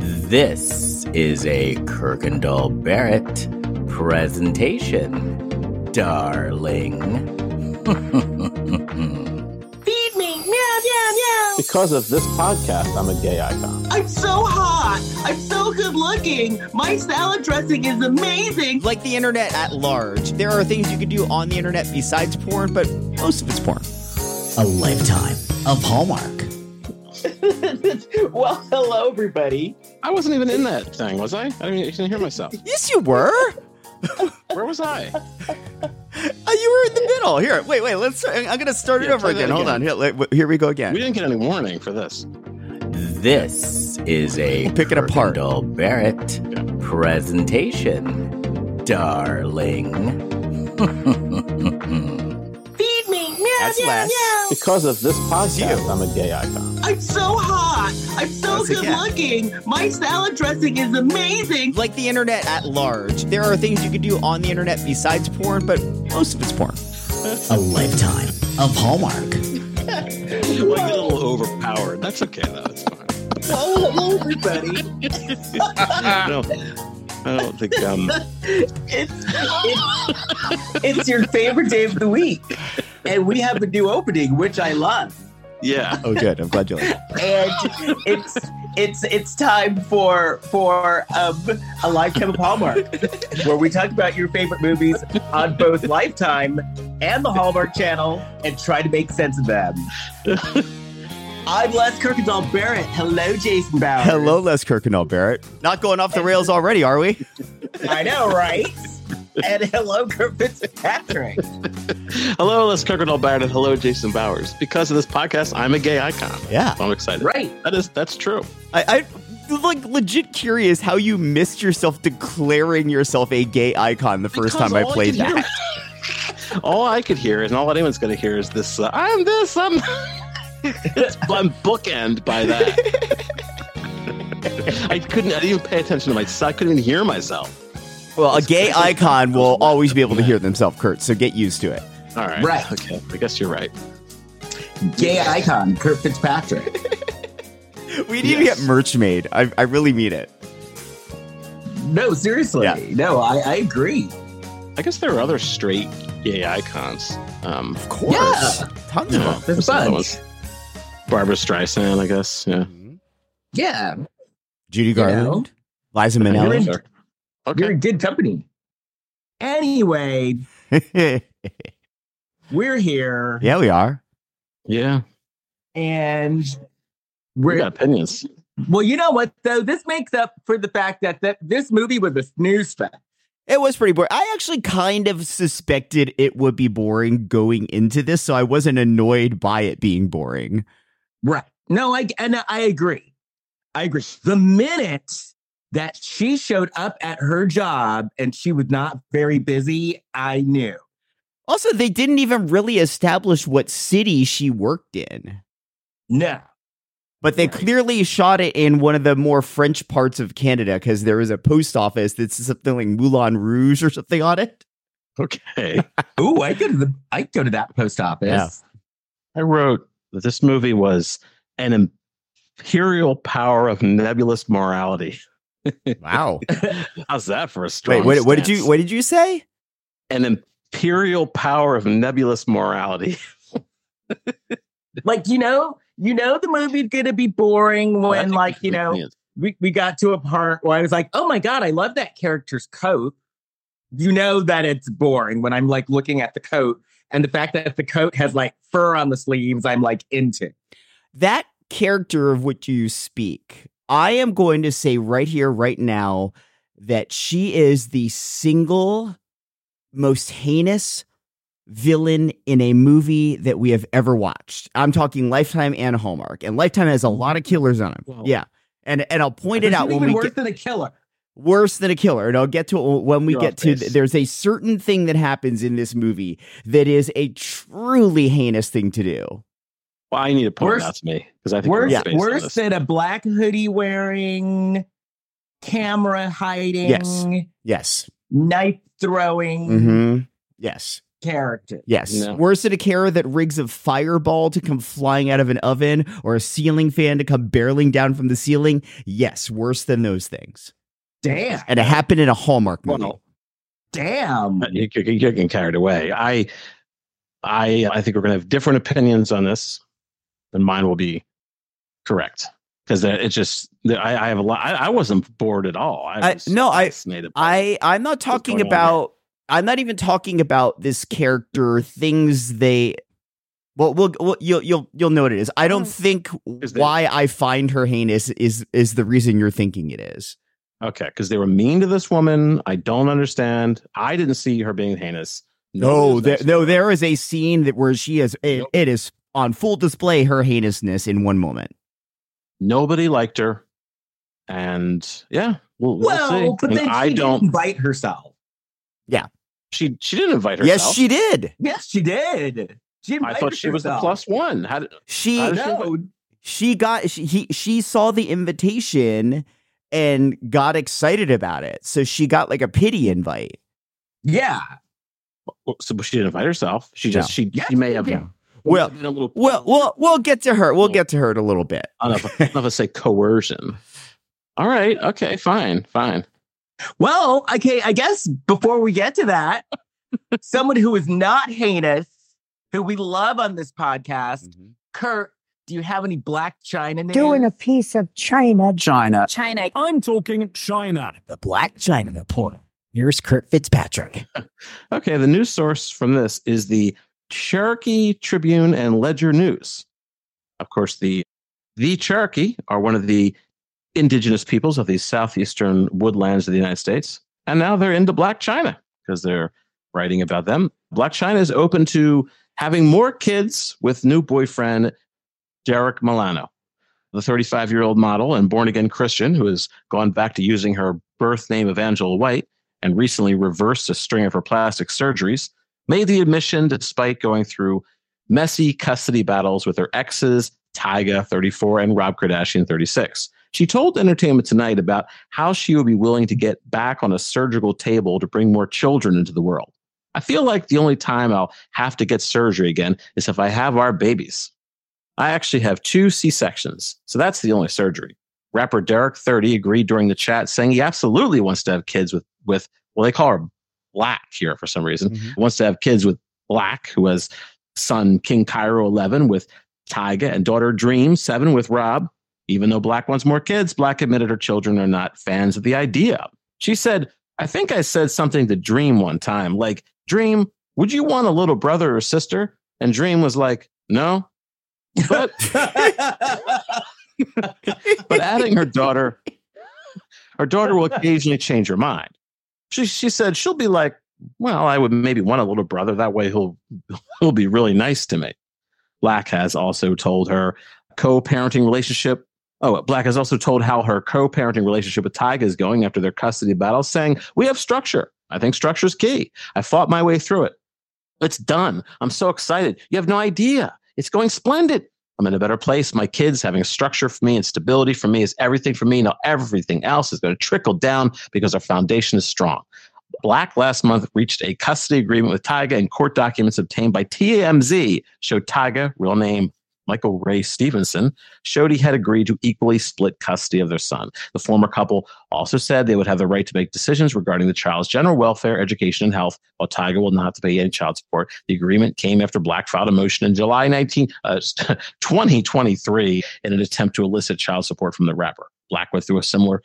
This is a Kirkendall Barrett presentation, darling. Feed me. Meow, meow, meow. Because of this podcast, I'm a gay icon. I'm so hot. I'm so good looking. My salad dressing is amazing. Like the internet at large, there are things you can do on the internet besides porn, but most of it's porn. a lifetime of Hallmark. well, hello, everybody. I wasn't even in that thing, was I? I didn't even I didn't hear myself. Yes, you were. Uh, Where was I? you were in the middle. Here, wait, wait. Let's. Start. I'm going to start it Yeah, over try that again. Hold again. on. Here, let- w- here we go We again. didn't get any warning for this. This is a We'll pick it apart. Kirkendall Barrett presentation, darling. Feed me. Meow, That's meow, less. meow. Because of this podcast, you. I'm a gay icon. I'm so hot. I'm so That's a good cat. looking. My salad dressing is amazing. Like the internet at large, there are things you can do on the internet besides porn, but most of it's porn. A lifetime of Hallmark. Like a little overpowered. That's okay though. It's fine. Well, hello, everybody. I don't, I don't think um It's, it's, it's your favorite day of the week. And we have a new opening, which I love. yeah. Oh, good. I'm glad you like. and it's it's it's time for for um, a lifetime of Hallmark, where we talk about your favorite movies on both Lifetime and the Hallmark Channel, and try to make sense of them. I'm Les Kirkendall Barrett. Hello, Jason Bauer. Hello, Les Kirkendall Barrett. Not going off the rails already, are we? I know, right? And hello, Kirk Fitzpatrick. Hello, Les Kirkendall Barrett and hello Jason Bowers. Because of this podcast, I'm a gay icon. Yeah. I'm excited. Right. That is that's true. I, I like legit curious how you missed yourself declaring yourself a gay icon the first Because time I all played could that. hear- all I could hear and all anyone's gonna hear is this uh, I'm this, I'm it's, I'm bookend by that. I couldn't I didn't even pay attention to myself. I couldn't even hear myself. Well, a gay icon will always be able to hear themselves, Kurt. So get used to it. All right. Right. Okay. I guess you're right. Gay icon, Kirk Fitzpatrick. We need Yes. to get merch made. I, I really mean it. No, seriously. Yeah. No, I, I agree. I guess there are other straight gay icons. Um, Of course, Yeah. tons you know, of There's a what's the other bunch. ones? Barbara Streisand, I guess. Yeah. them. Yeah, Judy know. Garland, Liza You're in- Minnelli. Sure. you're Okay. in good company. Anyway, we're here yeah, we are. Yeah. and We we're got opinions. well you know what though this makes up for the fact that that this movie was a snooze fest It was pretty boring. I actually kind of suspected it would be boring going into this, so I wasn't annoyed by it being boring. right no i and i agree i agree the minute that she showed up at her job and she was not very busy i knew Also, they didn't even really establish what city she worked in. no But they Right. clearly shot it in one of the more French parts of Canada because there is a post office that's something like Moulin Rouge or something on it. Okay. Ooh, I go to the I go to that post office. Yeah. I wrote that this movie was an imperial power of nebulous morality. Wow. How's that for a strong? Wait, what, what did you stance? what did you say? An imperial power of nebulous morality. Like you know, you know the movie's gonna be boring I when think like this you is know brilliant. we, we got to a part where I was like, oh my God, I love that character's coat. You know that it's boring when I'm like looking at the coat. And the fact that the coat has like fur on the sleeves, I'm like into. That character of which you speak, I am going to say right here, right now, that she is the single most heinous villain in a movie that we have ever watched. I'm talking Lifetime and Hallmark. And Lifetime has a lot of killers on him. Well- yeah. And and I'll point it There's out when even we worse get than a killer. worse than a killer. And I'll get to it when we You're get off to base. there's a certain thing that happens in this movie that is a truly heinous thing to do. Well, I need to point Worse- it out to me because I think we're Worse, based on worse this. than a black hoodie wearing, camera hiding, Yes. Yes. knife throwing. Mm-hmm. Yes. character. Yes. No. Worse than a Kara that rigs a fireball to come flying out of an oven or a ceiling fan to come barreling down from the ceiling. Yes, worse than those things. Damn. And it happened in a Hallmark movie. Well, Damn. you're, Uh, you're you're getting carried away. I, I, I think we're going to have different opinions on this, and mine will be correct because it's just that I, I have a lot. I, I wasn't bored at all. I- was no, I- fascinated by it. I I'm not talking going on about I'm not even talking about this character things they well, we'll, we'll you'll you'll you'll know what it is. I don't think Is they- why I find her heinous is is the reason you're thinking it is. Okay, because they were mean to this woman. I don't understand. I didn't see her being heinous. No, Nobody there, does. no, there is a scene that where she is it, Nope. it is on full display her heinousness in one moment. nobody liked her, and yeah, we'll, we'll Well, see. but And then she I didn't don't. invite herself. She she didn't invite herself. Yes, she did. Yes, she did. She I invited thought she was the herself. Oh, plus one. How did, She I No, she got she he, she saw the invitation and got excited about it. So she got like a pity invite. yeah. well, so she didn't invite herself. She just No. she Yes, she may have. yeah. Well, been a little, Well, we'll we'll get to her. We'll get to her in a little bit. I don't know if- I don't know if I say coercion. All right. Okay. Fine. Fine. Well, okay, I guess before we get to that, someone who is not heinous, who we love on this podcast, Kurt, do you have any black China names? doing a piece of China. China. China. I'm talking China. The Black China Report. Here's Kurt Fitzpatrick. Okay. The news source from this is the Cherokee Tribune and Ledger News. Of course, the the Cherokee are one of the indigenous peoples of the southeastern woodlands of the United States, and now they're into Black China because they're writing about them. Black China is open to having more kids with new boyfriend Derek Milano, the 35 year old model and born again Christian who has gone back to using her birth name of Angela White and recently reversed a string of her plastic surgeries, made the admission despite going through messy custody battles with her exes, Tyga, 34, and Rob Kardashian, 36. She told Entertainment Tonight about how she would be willing to get back on a surgical table to bring more children into the world. I feel like the only time I'll have to get surgery again is if I have our babies. I actually have two C sections, so that's the only surgery. Rapper Derek 30 agreed during the chat, saying he absolutely wants to have kids with, with well, they call her Black here for some reason, wants to have kids with Black, who has son King Cairo 11 with Tyga and daughter Dream 7 with Rob. Even though Black wants more kids, Black admitted her children are not fans of the idea. She said, I think I said something to Dream one time, like, Dream, would you want a little brother or sister? And Dream was like, no. But, but adding her daughter, her daughter will occasionally change her mind. She, she said she'll be like, well, I would maybe want a little brother. That way he'll he'll be really nice to me. Black has also told her co-parenting relationship. Oh, Black has also told how her co-parenting relationship with Tyga is going after their custody battle, saying, "We have structure. I think structure is key. I fought my way through it. It's done. I'm so excited. You have no idea. It's going splendid. I'm in a better place. My kids having structure for me and stability for me is everything for me. Now everything else is going to trickle down because our foundation is strong." Black last month reached a custody agreement with Tyga, and court documents obtained by TMZ show Tyga, real name Michael Ray Stevenson, showed he had agreed to equally split custody of their son. The former couple also said they would have the right to make decisions regarding the child's general welfare, education, and health, while Tyga will not have to pay any child support. The agreement came after Black filed a motion in July 19, uh, 2023 in an attempt to elicit child support from the rapper. Black went through a similar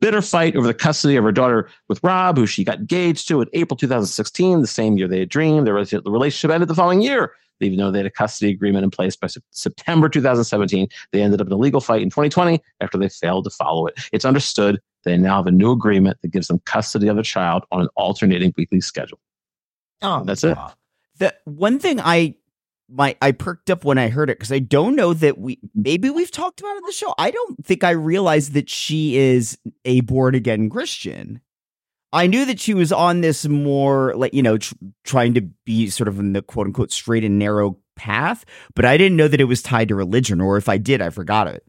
bitter fight over the custody of her daughter with Rob, who she got engaged to in April 2016, the same year they had dreamed. Their rela- the relationship ended the following year, even though they had a custody agreement in place by Sep- September 2017. They ended up in a legal fight in 2020 after they failed to follow it. It's understood they now have a new agreement that gives them custody of the child on an alternating weekly schedule. Oh, That's it. The one thing I my I perked up when I heard it because I don't know that we maybe we've talked about it on the show. I don't think I realized that she is a born again Christian. I knew that she was on this more like you know tr- trying to be sort of in the quote unquote straight and narrow path, but I didn't know that it was tied to religion, or if I did, I forgot it.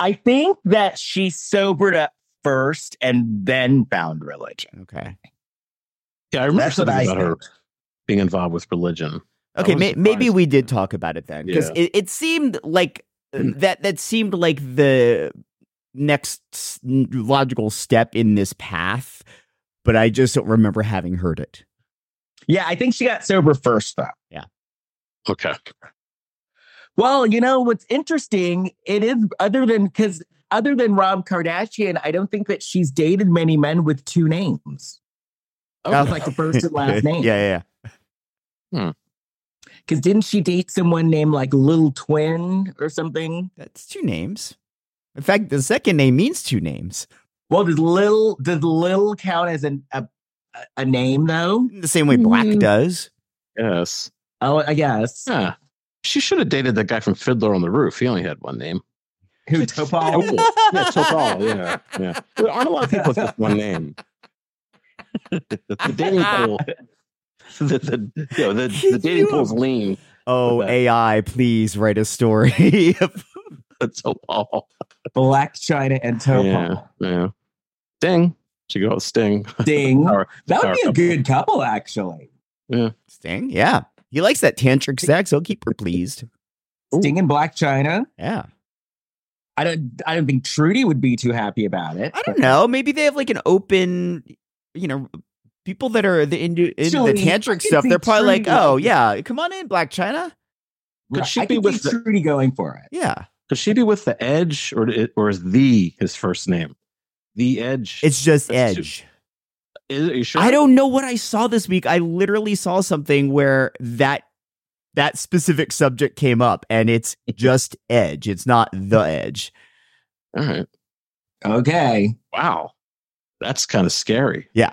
I think that she sobered up first and then found religion. Okay, Yeah, I remember That's what something I about her being involved with religion. I Okay, was may, maybe surprised. we did talk about it then because Yeah. Mm. it, it seemed like uh, that that seemed like the next s- logical step in this path, but I just don't remember having heard it. Yeah, I think she got sober first, though. Okay. Well, you know what's interesting? It is other than because other than Rob Kardashian, I don't think that she's dated many men with two names. Oh. Oh, like the first and last yeah, name. yeah, yeah. Because didn't she date someone named like Little Twin or something? That's two names. In fact, the second name means two names. Well, does Lil does Lil count as an, a a name though? The same way black Hmm. Mm. does. Yes. Oh, I guess. Yeah. She should have dated the guy from Fiddler on the Roof. He only had one name. Who Topol? Oh. Oh, Yeah, Topol. Yeah, yeah. There aren't a lot of people with just one name. the dating pool. The, the, you know, the, the Can dating you- pool's lean. Oh, Okay. AI, please write a story. That's Topol. Black China and Topol. Yeah. Sting. She go out with Sting. Ding. Power- That would be power a good couple, actually. Sting, yeah. He likes that tantric sex. He'll keep her pleased. Sting and Black China. Yeah. I don't I don't think Trudy would be too happy about it. I don't know. Maybe they have like an open, you know, people that are the into, into Surely, the I tantric could stuff. see They're probably like, Trudy. oh yeah, come on in, Black China. Could Right. she I be could with see the- Trudy going for it? Yeah, Could she be with the Edge or or is the his first name? The Edge. it's just That's too- Edge. Is- are you sure? I don't know what I saw this week. I literally saw something where that that specific subject came up, and it's just Edge. It's not the Edge. All right. Okay. Wow. That's kind of scary. Yeah.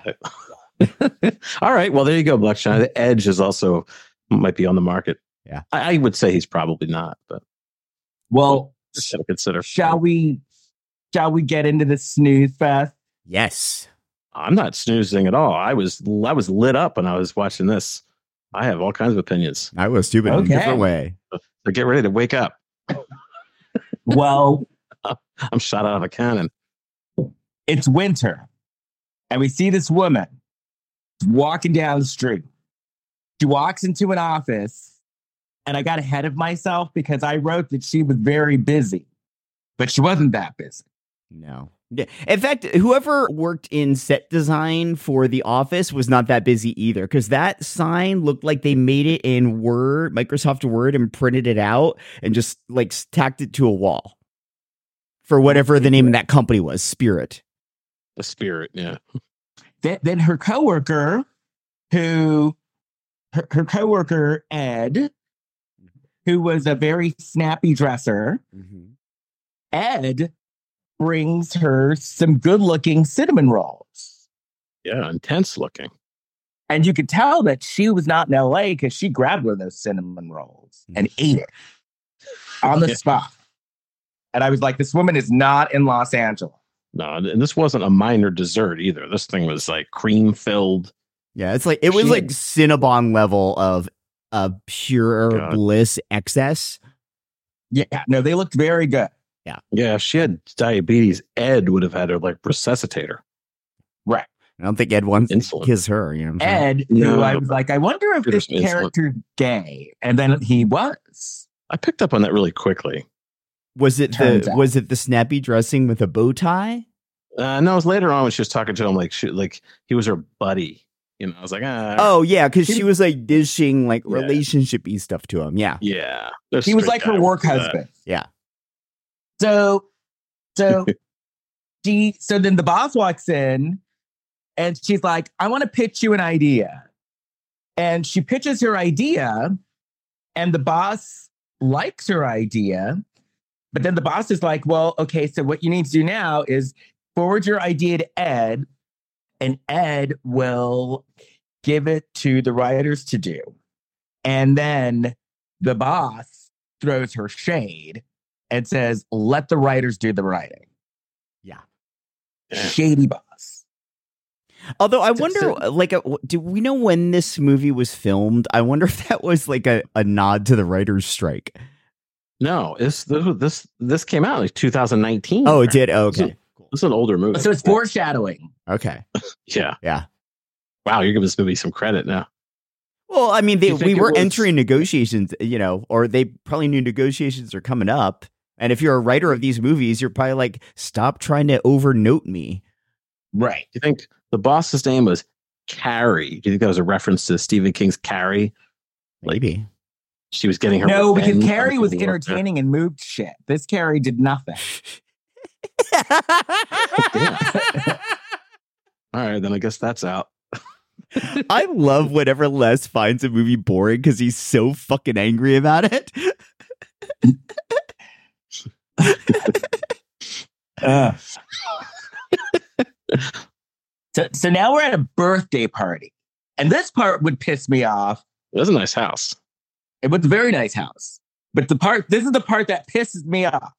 All right. Well, there you go, Black China. The Edge is also might be on the market. Yeah. I, I would say he's probably not, but Well, just gotta consider. shall we shall we get into the snooze fest? Yes. I'm not snoozing at all. I was I was lit up when I was watching this. I have all kinds of opinions. I was stupid in a different Okay. way. So get ready to wake up. Well, I'm shot out of a cannon. it's winter. And we see this woman walking down the street. She walks into an office, and I got ahead of myself because I wrote that she was very busy, but she wasn't that busy. No. Yeah. In fact, whoever worked in set design for The Office was not that busy either, because that sign looked like they made it in Word, Microsoft Word, and printed it out and just like s- tacked it to a wall for Oh, whatever the name of that company was, Spirit. The spirit, yeah. Then, then her coworker, who her, her coworker Ed, who was a very snappy dresser, Ed brings her some good-looking cinnamon rolls. Yeah, intense looking. And you could tell that she was not in LA because she grabbed one of those cinnamon rolls and ate it on the spot. And I was like, this woman is not in Los Angeles. No, and this wasn't a minor dessert either. This thing was like cream filled. Yeah, it's like it was Shit. like Cinnabon level of uh, pure God. bliss excess. Yeah, no, they looked very good. Yeah, if she had diabetes, Ed would have had her like resuscitate her. Right. I don't think Ed wants to Insulin. kiss her. You know what I'm saying? Ed, No, who I was like, I wonder if this Peter's insolent. character's gay. And then he was. I picked up on that really quickly. Was it Turns the out. was it the snappy dressing with a bow tie? Uh, no, it was later on when she was talking to him, like she, like he was her buddy. You know, I was like, ah, Oh yeah, because He- she was like dishing like Yeah. relationshipy stuff to him. Yeah, yeah. He was like her work husband. Yeah. So, so she, so then the boss walks in and she's like, I want to pitch you an idea. And she pitches her idea and the boss likes her idea. But then the boss is like, well, okay, so what you need to do now is forward your idea to Ed and Ed will give it to the writers to do. And then the boss throws her shade and says, let the writers do the writing. Yeah. Shady boss. Although I So- wonder, so- uh, like, uh, w- do we know when this movie was filmed? I wonder if that was like a, a nod to the writers' strike. No, this this this, this came out in like 2019. Oh, it did. Oh, Hmm. So- okay, This is an older movie. So it's foreshadowing. okay. yeah, Yeah. Wow, you're giving this movie some credit now. Well, I mean, they, You think we it were was- entering negotiations, you know, or they probably knew negotiations are coming up. And if you're a writer of these movies, you're probably like, stop trying to overnote me. Right. Do you think the boss's name was Carrie? Do you think that was a reference to Stephen King's Carrie? Maybe. She was getting her No, because revenge on Carrie was people out there. entertaining and moved shit. This Carrie did nothing. All right, then I guess that's out. I love whenever Les finds a movie boring because he's so fucking angry about it. Ugh. so, so now we're at a birthday party. And this part would piss me off. It was a nice house. It was a very nice house. But the part, this is the part that pisses me off.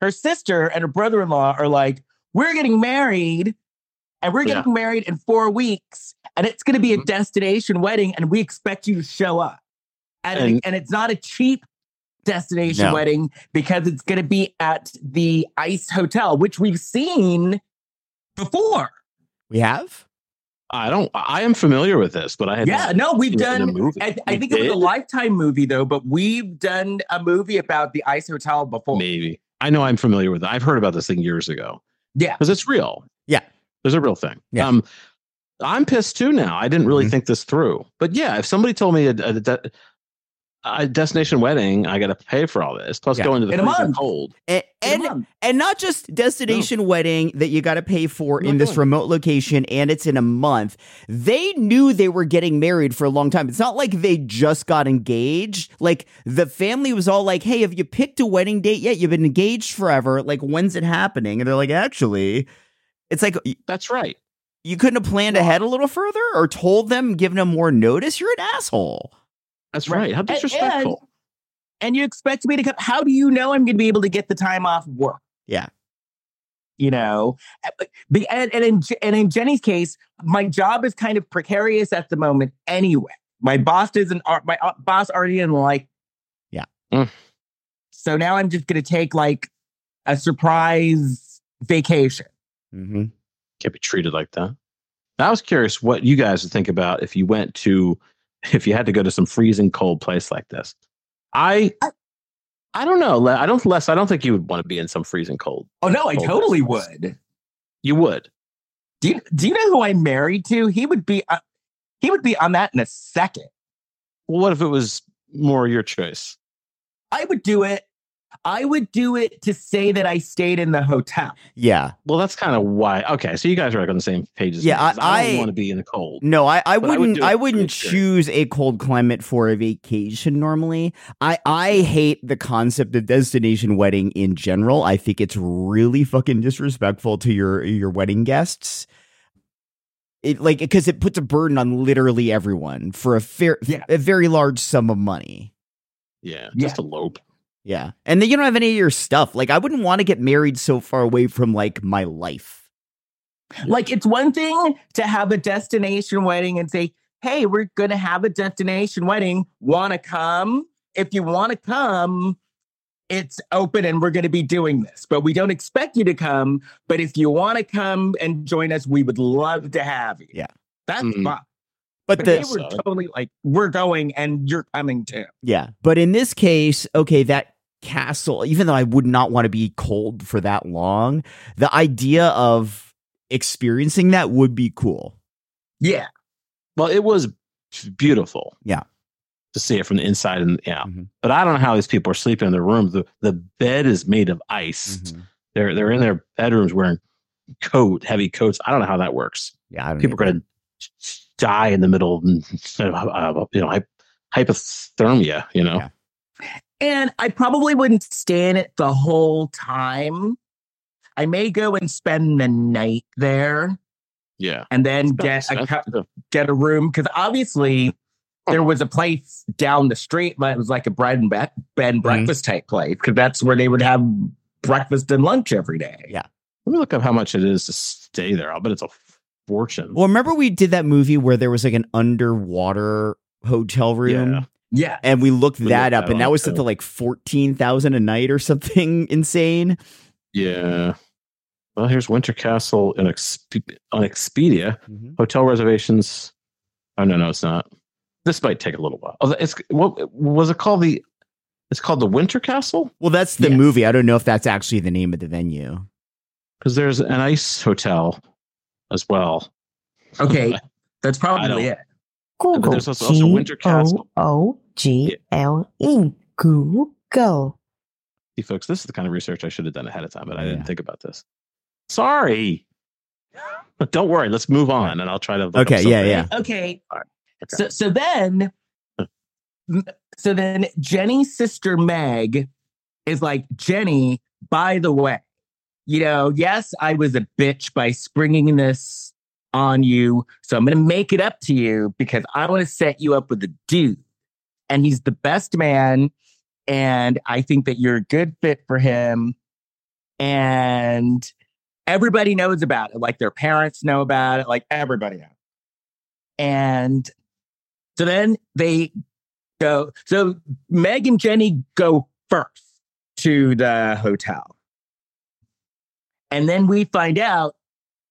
Her sister and her brother in law are like, we're getting married and we're Yeah. Mm-hmm. getting married in four weeks and it's going to be a destination wedding and we expect you to show up. And, And- and it's not a cheap destination No. wedding because it's going to be at the Ice Hotel, which we've seen before. We have? I don't. I am familiar with this, but I had yeah, no, we've seen it in a done. movie. I, I You think it was a did? Lifetime movie though, but we've done a movie about the Ice Hotel before. Maybe I know I'm familiar with it. I've heard about this thing years ago. Yeah. because it's real. Yeah. there's a real thing. Yeah. Um, I'm pissed too now. I didn't Mm-hmm. really Mhm. think this through, but yeah, if somebody told me a, a, de- a destination wedding, I got to pay for all this plus Yeah. go into the In a freezing month. cold. And, Come and, on. and not just destination wedding that you got to pay for No, in this no. remote location and it's in a month. They knew they were getting married for a long time. It's not like they just got engaged. Like the family was all like, "Hey, have you picked a wedding date yet? You've been engaged forever. Like when's it happening?" And they're like, "Actually, it's like y- That's right. you couldn't have planned ahead a little further or told them, given them more notice. You're an asshole." That's Right. right. How And- and- disrespectful. And you expect me to come? How do you know I'm going to be able to get the time off work? Yeah. You know, Be- and, and, in, Je- and in Jenny's case, my job is kind of precarious at the moment anyway. My boss doesn't, ar- my uh, boss already didn't like. Yeah. Mm. So now I'm just going to take like a surprise vacation. Mm-hmm. Can't be treated like that. I was curious what you guys would think about if you went to, if you had to go to some freezing cold place like this. I, I- I don't know. Le- I don't, Les. I don't think you would want to be in some freezing cold. Oh, no, I Oh, totally that's- would. You would. Do you, do you know who I'm married to? He would be, uh, he would be on that in a second. Well, what if it was more your choice? I would do it. I would do it to say that I stayed in the hotel. Yeah. Well, that's kind of why. Okay, so you guys are like on the same page. as Yeah, me, 'cause I- don't I- want to be in the cold. No, I, I But I would wouldn't. do it I, for wouldn't sure. choose a cold climate for a vacation. Normally, I I hate the concept of destination wedding in general. I think it's really fucking disrespectful to your your wedding guests. It like because it puts a burden on literally everyone for a fair, Yeah. a very large sum of money. Yeah, Yeah. just elope. Yeah, and then you don't have any of your stuff. Like I wouldn't want to get married so far away from like my life. Like it's one thing to have a destination wedding and say, "Hey, we're going to have a destination wedding. Want to come? If you want to come, it's open and we're going to be doing this. But we don't expect you to come, but if you want to come and join us, we would love to have you." Yeah. That's Mm. fine. But But, the, they were So- totally like, "We're going and you're coming too." Yeah. But in this case, okay, that castle, even though I would not want to be cold for that long, the idea of experiencing that would be cool. Yeah. Well, it was beautiful. Yeah. to see it from the inside and yeah, Mhm. but I don't know how these people are sleeping in their rooms. The the bed is made of ice. Mm-hmm. They're they're in their bedrooms wearing coat, heavy coats. I don't know how that works. Yeah. I don't people are going to die in the middle of uh, you know hy- hypothermia you know Yeah. And I probably wouldn't stay in it the whole time. I may go and spend the night there yeah, and then get a, Expensive. cu- get a room because obviously there was a place down the street that was like a bread and bed, bed and breakfast type place because that's where they would have breakfast and lunch every day. Yeah. let me look up how much it is to stay there i'll bet it's a fortune Well, remember we did that movie where there was like an underwater hotel room Yeah. Yeah. and we looked We that looked up that and that up, was too. something like 14,000 a night or something insane. yeah well here's winter castle in Mm-hmm. Exp- on expedia hotel reservations oh no no it's not This might take a little while. Oh, It's what was it called? The it's called the Winter Castle Well, that's the Yes. movie. I don't know if that's actually the name of the venue. because there's an ice hotel as well. Okay, that's I don't- probably it. But Google. there's also- also Winter Castle. G-O-O-G-L-E. E. Google. See, folks, this is the kind of research I should have done ahead of time, but I didn't Yeah. think about this. Sorry. But don't worry. Let's move on, and I'll try to. look up Okay, yeah, something. yeah. Okay. All right. So so then so then Jenny's sister Meg is like, Jenny, by the way, you know, yes, I was a bitch by springing this on you. So I'm going to make it up to you because I want to set you up with a dude. And he's the best man. And I think that you're a good fit for him. And everybody knows about it. Like their parents know about it. Like everybody knows. And so then they go. So Meg and Jenny go first to the hotel. And then we find out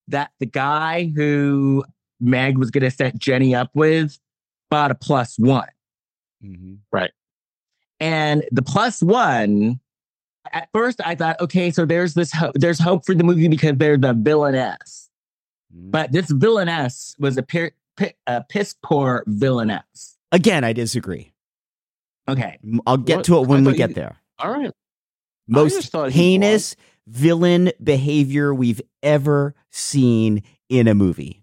that the guy who Meg was going to set Jenny up with bought a plus one. Mm-hmm. And the plus one, at first I thought, okay, so there's this, ho- there's hope for the movie because they're the villainess. But this villainess was a, pi- pi- a piss poor villainess. Again, I disagree. Okay. M- I'll get What? to it when I we thought get you- there. Uh, All right. just Most thought he heinous villain behavior we've ever seen in a movie.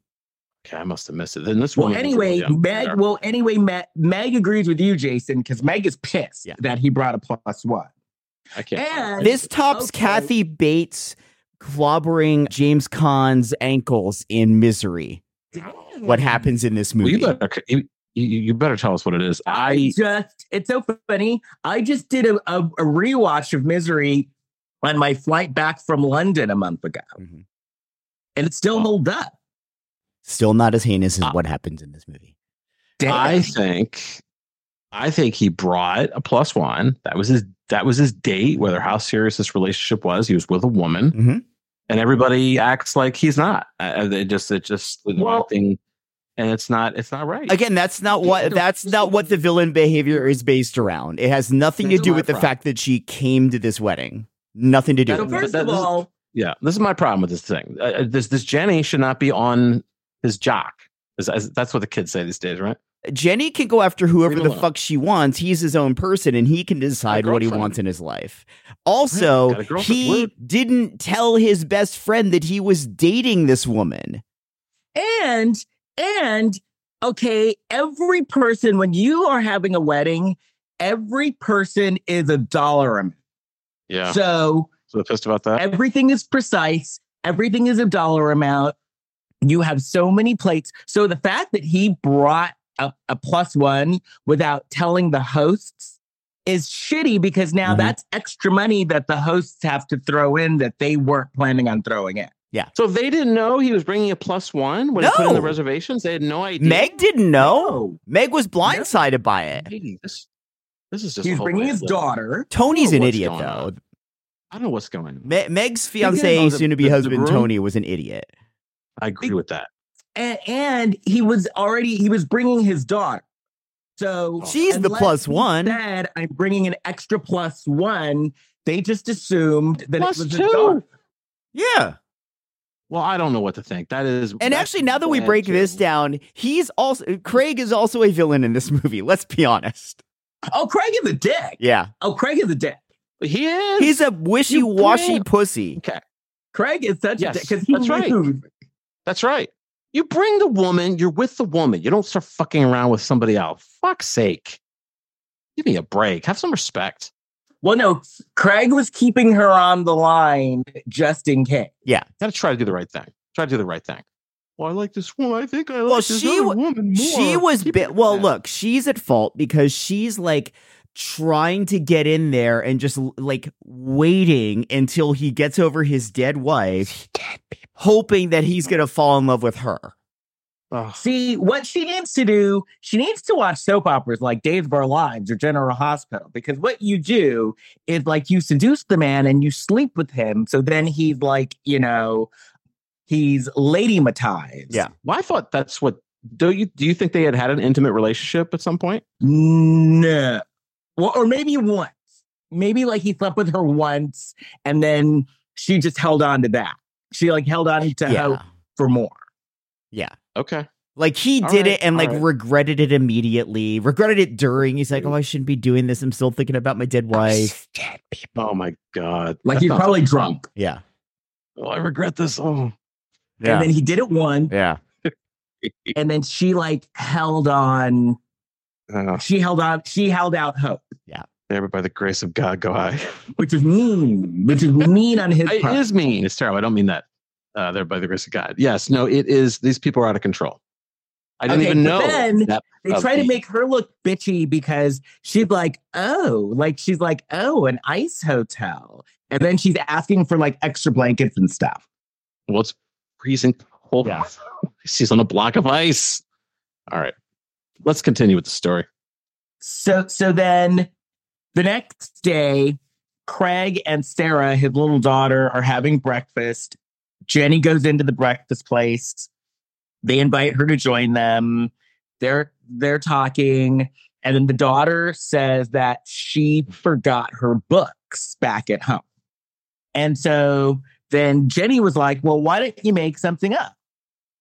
Okay, I must have missed it. Then this Well, one. anyway, Meg. Well, anyway, Meg, Meg agrees with you, Jason, because Meg is pissed Yeah. that he brought a plus one. I can't. and- This tops Okay. Kathy Bates clobbering James Caan's ankles in Misery. Hmm. What happens in this Well, movie? you better you, you you better tell us what it is. I just, it's so funny. I just did a, a, a rewatch of Misery on my flight back from London a month ago, Mhm. and it still holds up. Still not as heinous as Uh, what happens in this movie. Damn. I think I think he brought a plus one. That was his that was his date, whether how serious this relationship was. He was with a woman. Mhm. And everybody acts like he's not. Uh, it just it just the Well- thing and it's not it's not right. Again, that's not what that's not what the villain behavior is based around. It has nothing to That's do my with the problem. fact that she came to this wedding. Nothing to do so with it. first that- of this is- all, Yeah, this is my problem with this thing. Uh, Uh, this this Jenny should not be on his jock. Is- is- That's what the kids say these days, right? Jenny can go after whoever Leave the him alone. fuck she wants. He's his own person and he can decide what he girlfriend. wants in his life. Also, Got a girlfriend. he Word. didn't tell his best friend that he was dating this woman. and and okay, every person when you are having a wedding, every person is a dollar amount. Yeah. So So pissed about that. everything is precise everything is a dollar amount you have so many plates so the fact that he brought a, a plus one without telling the hosts is shitty because now Mhm. that's extra money that the hosts have to throw in that they weren't planning on throwing in So they didn't know he was bringing a plus one when he put in the No. reservations. They had no idea. Meg didn't know. Meg was blindsided by it. Hey, this, this is just. a he's whole bringing his bad look. daughter Tony's an what's idiot, going though. on. I don't know what's going on. Me- Meg's Speaking of fiance, the- soon to be the- the husband groom- Tony, was an idiot. I agree with that. and, and he was already he was bringing his daughter Oh. so Oh. She's the unless plus he one. said i'm bringing an extra plus one they just assumed that Plus it was his daughter. two. Yeah. Well, I don't know what to think. That is. And that's actually, now that we bad, break this too. down, he's also Craig is also a villain in this movie. Let's be honest. Oh, Craig is a dick. Yeah. Oh, Craig is a dick. he is. He's a wishy washy grown. pussy. Craig is such Yes, a dick because that's right. That's right. You bring the woman. You're with the woman. You don't start fucking around with somebody else. Fuck's sake. Give me a break. Have some respect. Well, no, Craig was keeping her on the line just in case. Gotta try to do the right thing. Try to do the right thing. Well, I like this woman. I think I like Well, this she other wa- woman more. She was Keep bi- it well. that. Look, she's at fault because she's like trying to get in there and just like waiting until he gets over his dead wife, hoping that he's gonna fall in love with her. Ugh. See, what she needs to do, she needs to watch soap operas like Days of Our Lives or General Hospital because what you do is like you seduce the man and you sleep with him. So then he's like, you know, he's lady matized. Yeah. Well, I thought that's what do you do you think they had had an intimate relationship at some point? No. Well, or maybe once. Maybe like he slept with her once and then she just held on to that. She like held on to yeah. hope for more. Okay. Like he All did right, it and all like right. regretted it immediately. Regretted it during. He's like, oh, I shouldn't be doing this. I'm still thinking about my dead wife. Dead people. Oh my god. Like That he's sounds- probably drunk. Yeah. Oh, I regret this. And Oh. then he did it once. yeah. And then she like held on. Oh, She held on. She held out hope, never by the grace of God go I. which is mean, which is mean on his It part. is mean. It's terrible. I don't mean that. Uh, there by the grace of God. Yes. No. It is. These people are out of control. I didn't Okay, even but know. then- that- They of try to the- make her look bitchy because she's like, oh, like she's like, oh, an ice hotel. And then she's asking for like extra blankets and stuff. well, it's freezing cold. Yeah. She's on a block of ice. All right. Let's continue with the story. So so then the next day, Craig and Sarah, his little daughter, are having breakfast. Jenny goes into the breakfast place. They invite her to join them. They're they're talking. And then the daughter says that she forgot her books back at home. And so then Jenny was like, Well, why don't you make something up?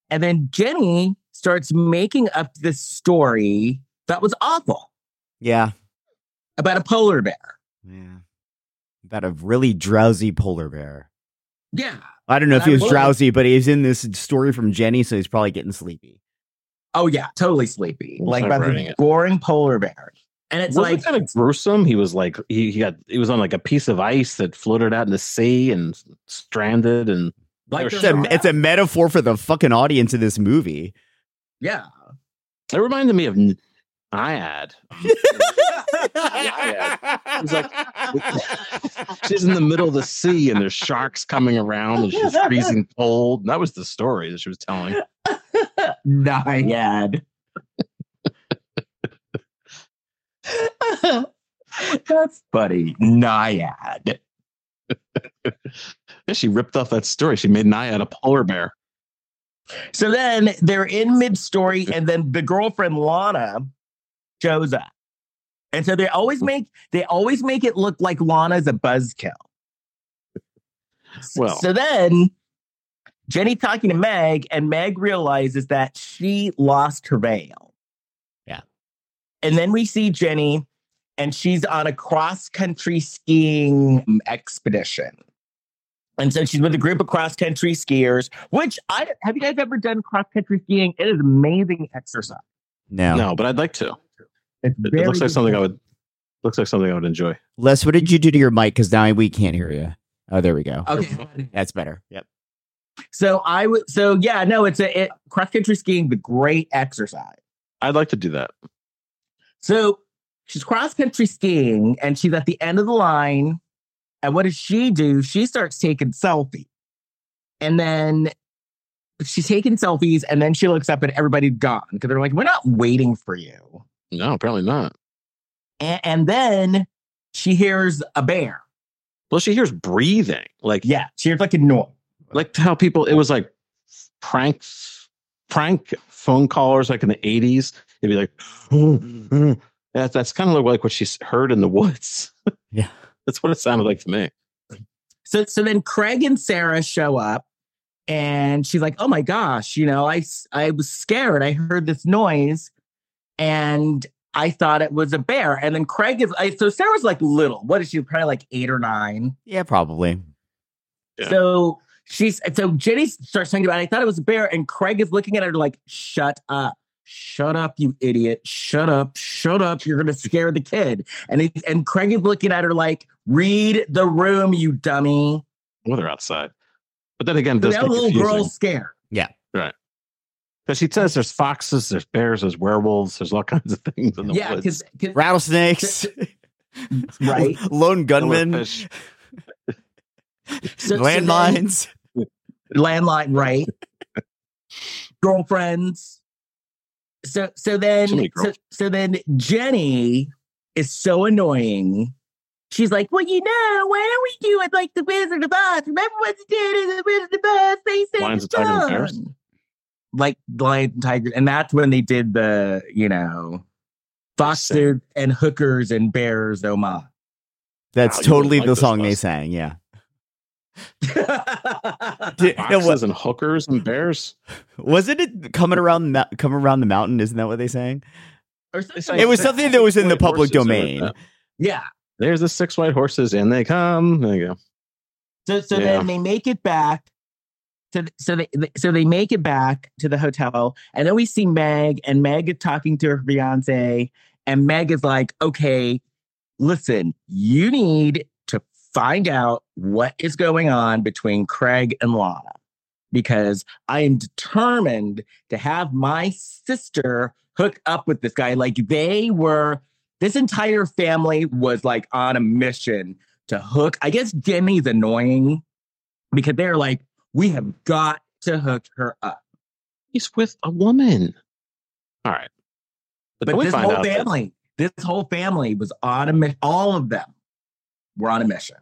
And then Jenny starts making up this story that was awful Yeah. about a polar bear. Yeah. About a really drowsy polar bear. Yeah. I don't know if he I was will- drowsy, but he's in this story from Jenny, so he's probably getting sleepy. Oh yeah, totally sleepy. We'll Like start about writing the it. boring polar bear. And it's was like kind of gruesome. He was like he, he got he was on like a piece of ice that floated out in the sea and stranded and like It's a, it's a metaphor for the fucking audience of this movie. yeah. it reminded me of N- Naiad. He's she's in the middle of the sea and there's sharks coming around and she's freezing cold. And that was the story that she was telling. Naiad. That's funny. Naiad. Yeah, she ripped off that story. She made Naiad a polar bear. So then they're in mid story, and then the girlfriend Lana shows up. And so they always make they always make it look like Lana's a buzzkill. S- Well. so then Jenny's talking to Meg, and Meg realizes that she lost her veil. Yeah. And then we see Jenny, and she's on a cross country skiing expedition. And so she's with a group of cross country skiers, which I have you guys ever done cross country skiing? It is amazing exercise. No. No, but I'd like to. It's It, very it looks like something I would looks like something I would enjoy. Les, what did you do to your mic? Because now we can't hear you. Oh, there we go. Okay. That's better. Yep. So I would. So yeah, no, it's a it, cross country skiing, the great exercise. I'd like to do that. So she's cross country skiing, and she's at the end of the line. And what does she do? She starts taking selfies, and then she's taking selfies, and then she looks up, and everybody's gone because they're like, "We're not waiting for you." No, apparently not. And, and then she hears a bear. Well, she hears breathing. Like Yeah, she hears like a noise. like how people it was like prank prank phone callers like in the eighties. It'd be like that's that's kind of like what she heard in the woods. Yeah. that's what it sounded like to me. So so then Craig and Sarah show up and she's like, "Oh my gosh, you know, I s- I was scared. I heard this noise and I thought it was a bear." And then Craig is I, so Sarah's like little. What is she? Probably like 8 or 9. Yeah, probably. Yeah. So she's so Jenny starts thinking about it. I thought it was a bear and Craig is looking at her like, "Shut up." Shut up, you idiot. Shut up. Shut up. You're going to scare the kid. And he, and Craig is looking at her like, "Read the room, you dummy." Well, they're outside. But then again, it So does that get little confusing. girl's scared. Because she says there's foxes, there's bears, there's werewolves, there's all kinds of things in the yeah, woods. because Rattlesnakes. right. Lone gunmen. Fish. So- so then- landmines. landline, right? Girlfriends. So so then So many so, girls. so then Jenny is so annoying. She's like, well, you know, why don't we do it like the Wizard of Oz? Remember what they did in the Wizard of Oz? They saved Lions the attacking the dawn. bears? like lions and tigers, and that's when they did the you know foxes and hookers and bears oh homage. That's Wow, you really totally like the this song they bus. sang. Yeah. I Did- no, Foxes was, and hookers and bears. wasn't it coming around the mou- come around the mountain? Isn't that what they sang? Or It was something that was in the White public horses or domain. that. yeah. There's the six white horses, and they come. There you go. So so Yeah. then they make it back. So th- so they they- so they make it back to the hotel, and then we see Meg, and Meg is talking to her fiance, and Meg is like, "Okay, listen, you need to find out what is going on between Craig and Lana, because I am determined to have my sister hook up with this guy. Like they were." This entire family was like on a mission to hook. I guess Jenny's annoying because they're like, we have got to hook her up. He's with a woman. All right, But then we this find whole out that- family, this whole family was on a mission. All of them were on a mission.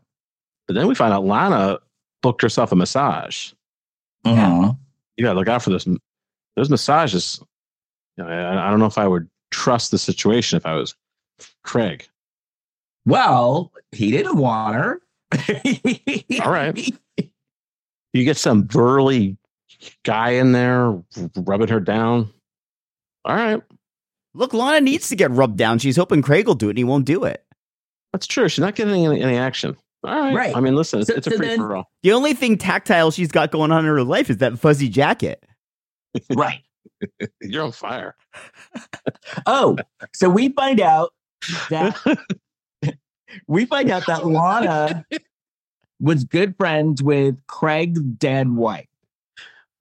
but then we find out Lana booked herself a massage. Mm-hmm. You gotta look out for those those massages. You know, I, I don't know if I would trust the situation if I was Craig. Well, he didn't want her. All right. You get some burly guy in there rubbing her down. All right, Look, Lana needs to get rubbed down. She's hoping Craig will do it and he won't do it. that's true. She's not getting any, any action. All right. Right. I mean, listen, it's, So- it's a so free then- for all. The only thing tactile she's got going on in her life is that fuzzy jacket. Right. You're on fire. Oh, so we find out that we find out that Lana was good friends with Craig's dead wife.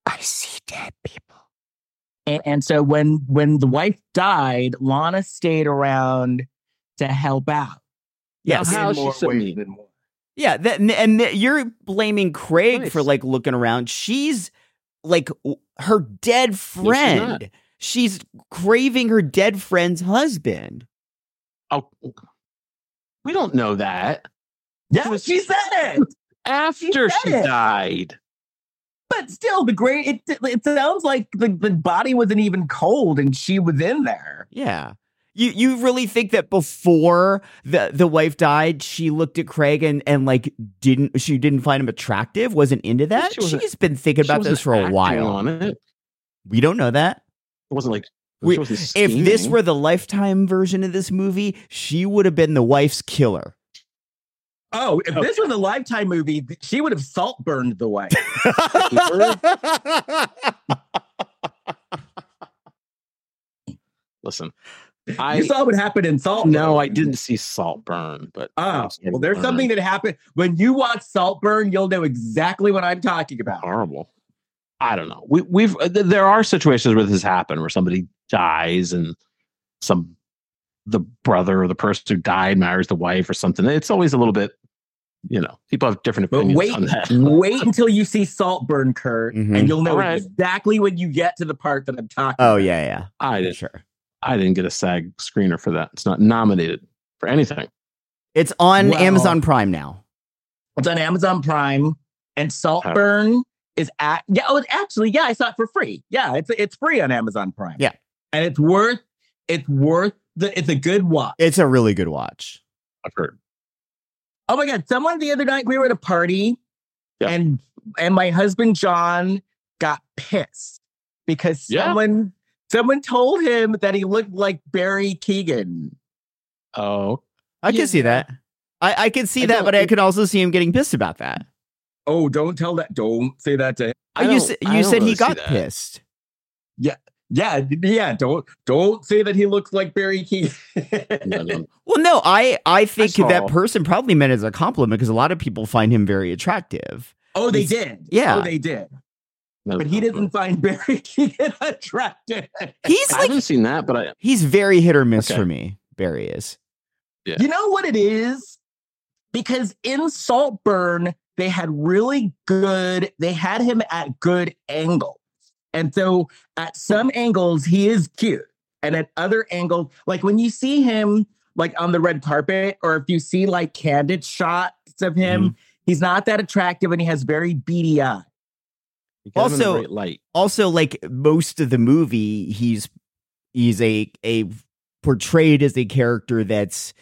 I see dead people. and, and so when when the wife died, Lana stayed around to help out. Yes. how In is she more so ways mean? than one. Yeah, that, and- and that you're blaming Craig Nice. for like looking around. She's like w- her dead friend. she's craving her dead friend's husband. Oh, we don't know that. Yeah, she said it. After said she it. died. But still, the great it it sounds like the, the body wasn't even cold and she was in there. Yeah. You you really think that before the the wife died, she looked at Craig and and like didn't she didn't find him attractive, wasn't into that? She wasn't- She's been thinking She about wasn't this for a acting while. On it. it We don't know that. wasn't like. We- she wasn't If this scheming. were the lifetime version of this movie, she would have been the wife's killer. Oh, if this was a lifetime movie, th- she would have salt burned the wife. Listen, I. you saw what happened in Salt. no, Burn. I didn't see salt burn, but. Oh, well, there's something that happened when you watch Salt Burn. You'll know exactly what I'm talking about. horrible. I don't know. We, we've uh, th- there are situations where this has happened where somebody dies and some the brother or the person who died marries the wife or something. It's always a little bit, you know, people have different But opinions wait, on that. wait until you see Saltburn, Kurt, Mhm. and you'll know All right. exactly when you get to the part that I'm Uh, talking. oh about. yeah, I yeah. didn't. Sure. I didn't get a SAG screener for that. It's not nominated for anything. It's on Well- Amazon Prime now. it's on Amazon Prime, and uh, Saltburn is at yeah. Oh, it's actually, yeah, I saw it for free. Yeah, it's it's free on Amazon Prime. Yeah. and it's worth it's worth the it's a good watch. It's a really good watch. I've heard. Oh my god! Someone the other night we were at a party, Yeah. and and my husband John got pissed because Yeah. someone someone told him that he looked like Barry Keegan. Oh, I can see that. I, I can see I that, don't- but I can also see him getting pissed about that. Oh, don't tell that. Don't say that to him. I you don't- sa- I you don't said really he see got that. pissed. Yeah, d- yeah. Don't don't say that he looks like Barry Keegan. no, no. Well, no, I I think that saw- person probably meant it as a compliment because a lot of people find him very attractive. oh, they He's- did. yeah. oh, they did. no, But he no. didn't find Barry Keegan attractive. He's I like haven't seen that, but I he's very hit or miss Okay. for me. Barry is. Yeah. You know what it is? Because in Saltburn, they had really good, they had him at good angle. And so at some angles, he is cute. And at other angles, like when you see him like on the red carpet, or if you see like candid shots of him, he's not that attractive and he has very beady eyes. You got him in the Also- right light. also like most of the movie he's he's a a portrayed as a character that's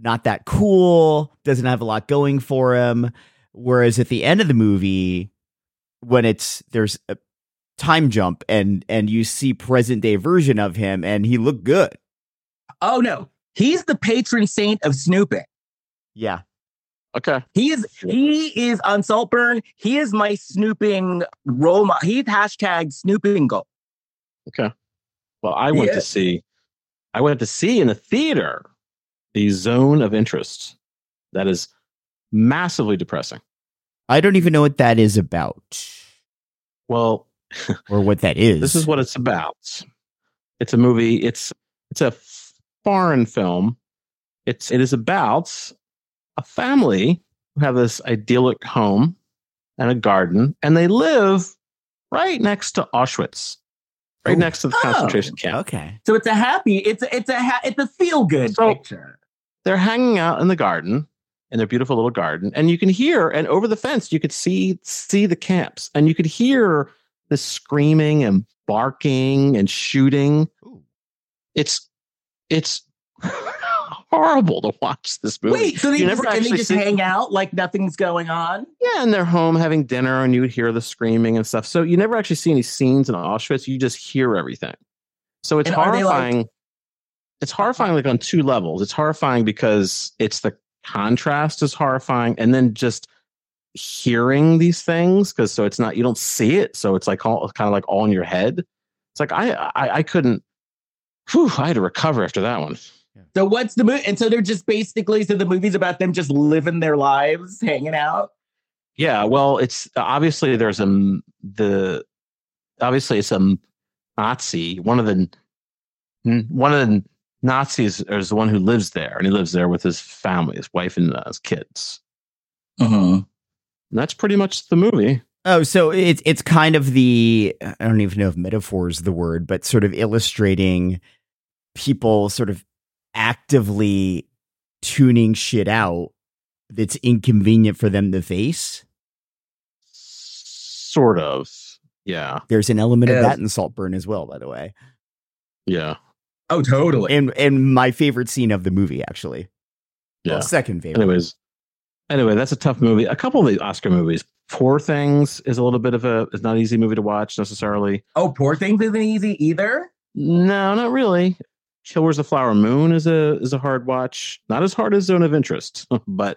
not that cool doesn't have a lot going for him whereas at the end of the movie when it's there's a time jump and and you see present day version of him and he looked good Oh no, he's the patron saint of snooping. yeah Okay. He is he is on Saltburn. He is my snooping role model. He's hashtag snooping goal. Well, I went Yeah. to see, I went to see in the theater, the Zone of Interest. That is massively depressing. i don't even know what that is about Well, or what that is this is what it's about. It's a movie. It's it's a foreign film. It's it is about a family who have this idyllic home and a garden, and they live right next to Auschwitz, right Oh. next to the Oh. concentration camp. okay So it's a happy. It's a, it's a ha- it's a feel good So- picture. they're hanging out in the garden in their beautiful little garden and you can hear and over the fence you could see see the camps and you could hear the screaming and barking and shooting it's it's horrible to watch this movie Wait, so they You just, never and they actually just see- hang out like nothing's going on. yeah and they're home having dinner and you would hear the screaming and stuff so you never actually see any scenes in auschwitz you just hear everything so it's And are they, like- horrifying it's horrifying like on two levels it's horrifying because it's the contrast is horrifying and then just hearing these things because so it's not you don't see it so it's like all kind of like all in your head it's like i i, I couldn't whew, i had to recover after that one So what's the movie? And so they're just basically so the movie's about them just living their lives, hanging out. Yeah, well, it's obviously there's um the obviously it's um Nazi. One of the n- one of the Nazis is the one who lives there, and he lives there with his family, his wife and uh, his kids. Mm-hmm. And that's pretty much the movie. Oh, so it's it's kind of the I don't even know if metaphor is the word, but sort of illustrating people sort of actively tuning shit out that's inconvenient for them to face. Sort of. Yeah. There's an element Yeah. of that in Saltburn as well, by the way. Yeah. Oh, totally. And and my favorite scene of the movie, actually. Yeah. Well, second favorite. Anyways. Anyway, that's a tough movie. A couple of the Oscar movies. Poor Things is a little bit of a it's not an easy movie to watch necessarily. oh, poor things isn't easy either. No, not really. Killers of the Flower Moon is a is a hard watch. Not as hard as Zone of Interest, but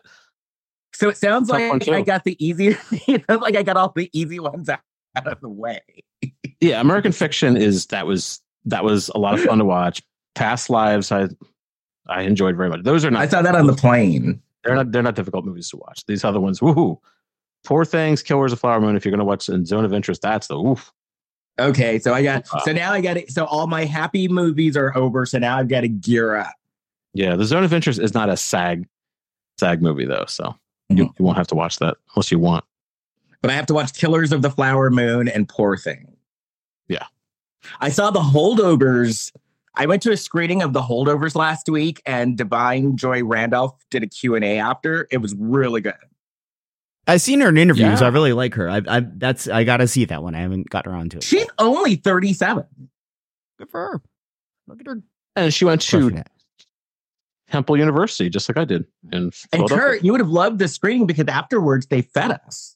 So it sounds Tough one, like too. I got the easier. it sounds like I got all the easy ones out, out of the way. yeah, American Fiction is that was that was a lot of fun to watch. Past Lives, I I enjoyed very much. Those are I not saw that on the plane. they're not they're not difficult movies to watch. These other ones, woohoo. Poor Things, Killers of the Flower Moon. If you're going to watch in Zone of Interest, that's the oof. Okay, so I got so now I got it. So all my happy movies are over. So now I've got to gear up. Yeah, the Zone of Interest is not a SAG SAG movie though, so Mm-hmm. you, you won't have to watch that unless you want. But I have to watch Killers of the Flower Moon and Poor Thing. Yeah. I saw the holdovers. I went to a screening of the holdovers last week and Divine Joy Randolph did a Q&A after. It was really good. I've seen her in interviews. Yeah. I really like her. I, I that's I gotta see that one. I haven't got around to it. She's only 37. Good for her. Look at her. And she went to crushing it. Temple University, just like I did. In And Philadelphia. Kurt, you would have loved the screening because afterwards they fed us.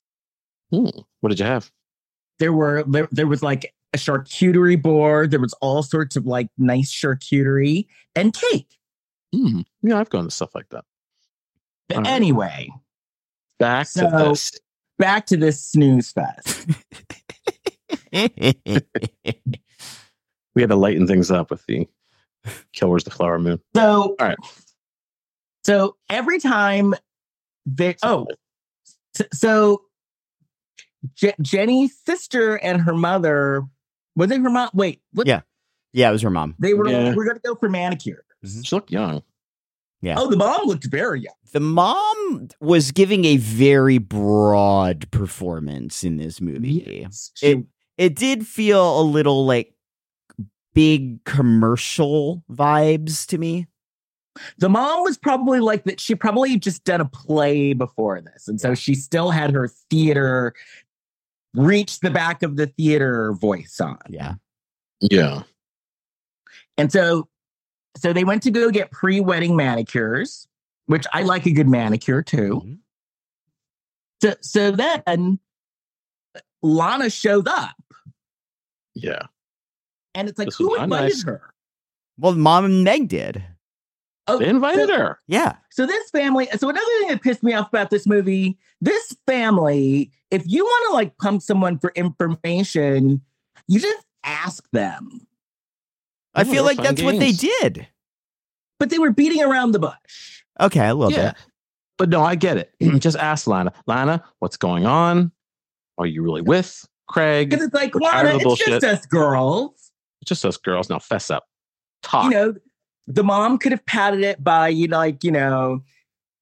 What did you have? There were there, there was like a charcuterie board, there was all sorts of like nice charcuterie and cake. Hmm. Mm, yeah, I've gone to stuff like that. But All right. anyway, Back to So- this. back to this snooze fest. We had to lighten things up with the Killers, the Flower Moon. So, All right. So every time they, oh, so, so Je- Jenny's sister and her mother, was it her mom? Wait, what? Yeah. yeah, it was her mom. They were, Yeah. we're going to go for manicure. She looked young. Yeah. Oh, the mom looked very young. the mom was giving a very broad performance in this movie. She- It it did feel a little like big commercial vibes to me. the mom was probably like that. She probably just done a play before this. And so she still had her theater reach the back of the theater voice on. Yeah. Yeah. And so so they went to go get pre-wedding manicures, which I like a good manicure too. Mhm. So so then Lana shows up Yeah. and it's like, This who was not invited nice. her? Well, mom and Meg did. Oh, They invited so- her. Yeah. So this family, so another thing that pissed me off about this movie, this family, if you want to like pump someone for information, you just ask them. I Oh, feel we're like fine that's what they games. did. But they were beating around the bush. Okay, I love Yeah. it. But no, I get it. Just ask Lana. Lana, what's going on? Are you really with Craig? Because it's like, We're tired Lana, of it's the just bullshit. us girls. Just us girls. Now fess up. Talk. You know, the mom could have padded it by, you know, like, you know,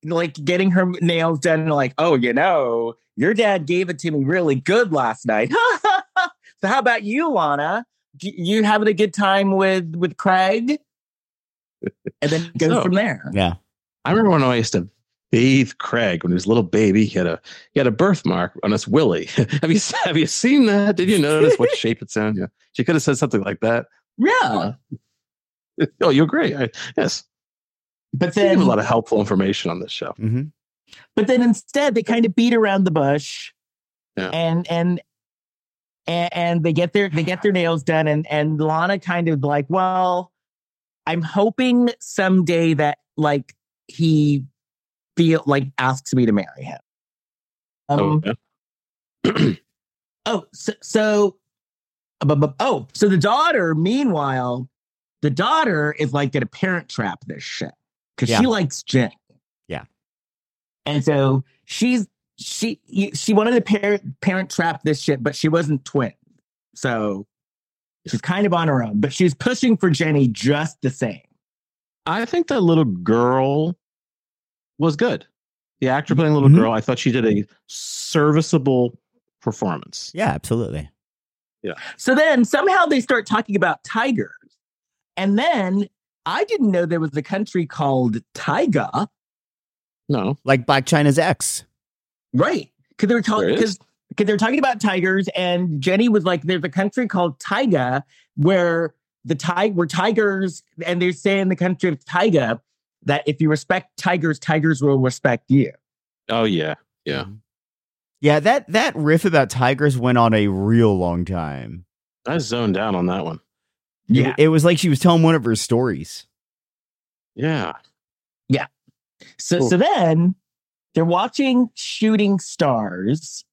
like getting her nails done, like, oh, you know, your dad gave it to me really good last night. so how about you, Lana? Do you having a good time with with Craig? And then go So- from there. Yeah. I remember when I used to bathe Craig when he was a little baby. He had a he had a birthmark on his willy. have you have you seen that? Did you notice what shape it's in? Yeah. She could have said something like that. Yeah. Oh, you agree? I, yes. But They then give a lot of helpful information on this show. hmm but then instead they kind of beat around the bush Yeah. and and and and they get their they get their nails done and and lana kind of like well i'm hoping someday that like he feel like asks me to marry him um, Oh, yeah. Oh, so, so bu- bu- oh, so the daughter, meanwhile, the daughter is like going to parent trap this shit because Yeah. she likes Jen. Yeah. And so she's she you- she wanted to parent parent trap this shit, but she wasn't twin, so she's kind of on her own. But she's pushing for Jenny just the same. I think that little girl was good. The actor playing little Mhm. girl, I thought she did a serviceable performance. Yeah, absolutely. So then somehow they start talking about tigers, and then I didn't know there was a country called Taiga. No, Like Black China's ex. Right. Because they were There talking is. because they were talking about tigers, and Jenny was like, "There's a country called Taiga where the tiger were tigers, and they say in the country of Taiga that if you respect tigers, tigers will respect you." oh yeah, Yeah, that that riff about tigers went on a real long time. I zoned down on that one. It- Yeah. It, was like she was telling one of her stories. Yeah, So Cool. so then they're watching Shooting Stars,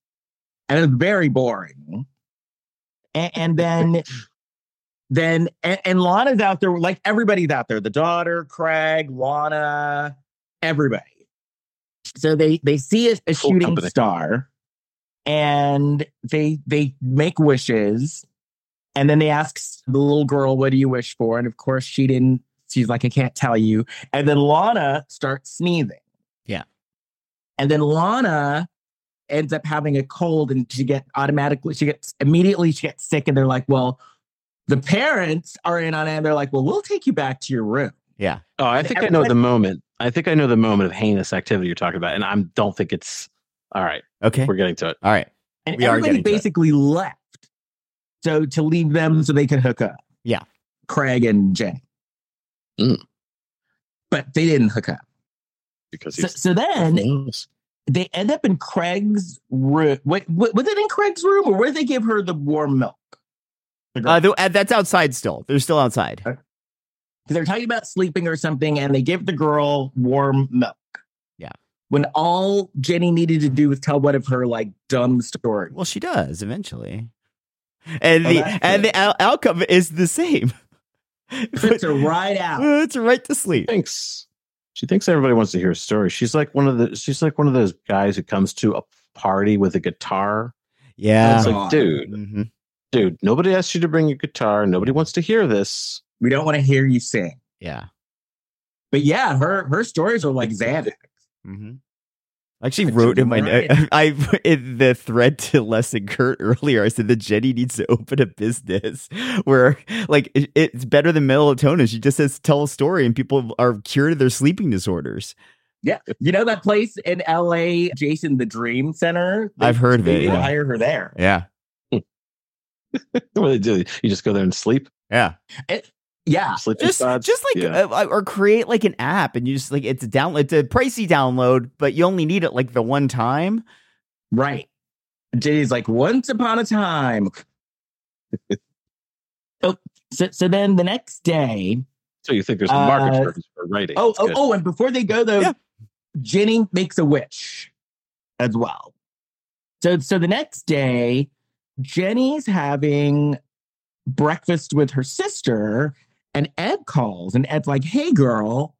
and it's very boring. And, and then then and, and Lana's out there, like everybody's out there, the daughter, Craig, Lana, everybody. So they they see a, a Full shooting company. star and they they make wishes and then they ask the little girl, what do you wish for? And of course she didn't, she's like, I can't tell you. And then Lana starts sneezing. Yeah. And then Lana ends up having a cold and she get automatically, she gets immediately, she gets sick. And they're like, well, the parents are in on it. And they're like, well, we'll take you back to your room. Oh, I And think I know the moment. I think I know the moment of heinous activity you're talking about, and I don't think it's all right. Okay. We're getting to it. All right. And We are everybody getting to it. basically left. So to leave them so they could hook up. Yeah. Craig and Jen. Mm. But they didn't hook up. Because So, he's so then they end up in Craig's room. Wait, wa- was it in Craig's room or where did they give her the warm milk? Uh, though, uh, that's outside still. They're still outside. Okay. They're talking about sleeping or something, and they give the girl warm milk. Yeah. When all Jenny needed to do was tell one of her like dumb stories. Well, she does eventually. And Oh, the that's and the out- outcome is the same. Puts her right out. it's right to sleep. thinks she thinks everybody wants to hear a story. She's like one of the she's like one of those guys who comes to a party with a guitar. Yeah. It's God. like, dude, hmm dude, nobody asked you to bring a guitar. Nobody wants to hear this. We don't want to hear you sing. Yeah. But yeah, her her stories are like Xanax. Mm-hmm. I actually But wrote you're in my right. note- I in the thread to Les and Kurt earlier. I said that Jenny needs to open a business where, like, it, it's better than melatonin. She just says tell a story, and people are cured of their sleeping disorders. Yeah. You know that place in LA, Jason, the Dream Center? They- I've heard of they it. Yeah. hire her there. Yeah. what do they do? You just go there and sleep, Yeah. Yeah. sleep Just, spots. just like, yeah. uh, or create like an app and you just like, it's a down, it's a pricey download, but you only need it like the one time. Right. Jenny's like, once upon a time. oh, so, so then the next day. so you think there's a market Uh, purpose for writing? Oh, It's oh, good. oh, and before they go though, Yeah. Jenny makes a wish as well. So so the next day, Jenny's having breakfast with her sister, and Ed calls, and Ed's like, hey girl.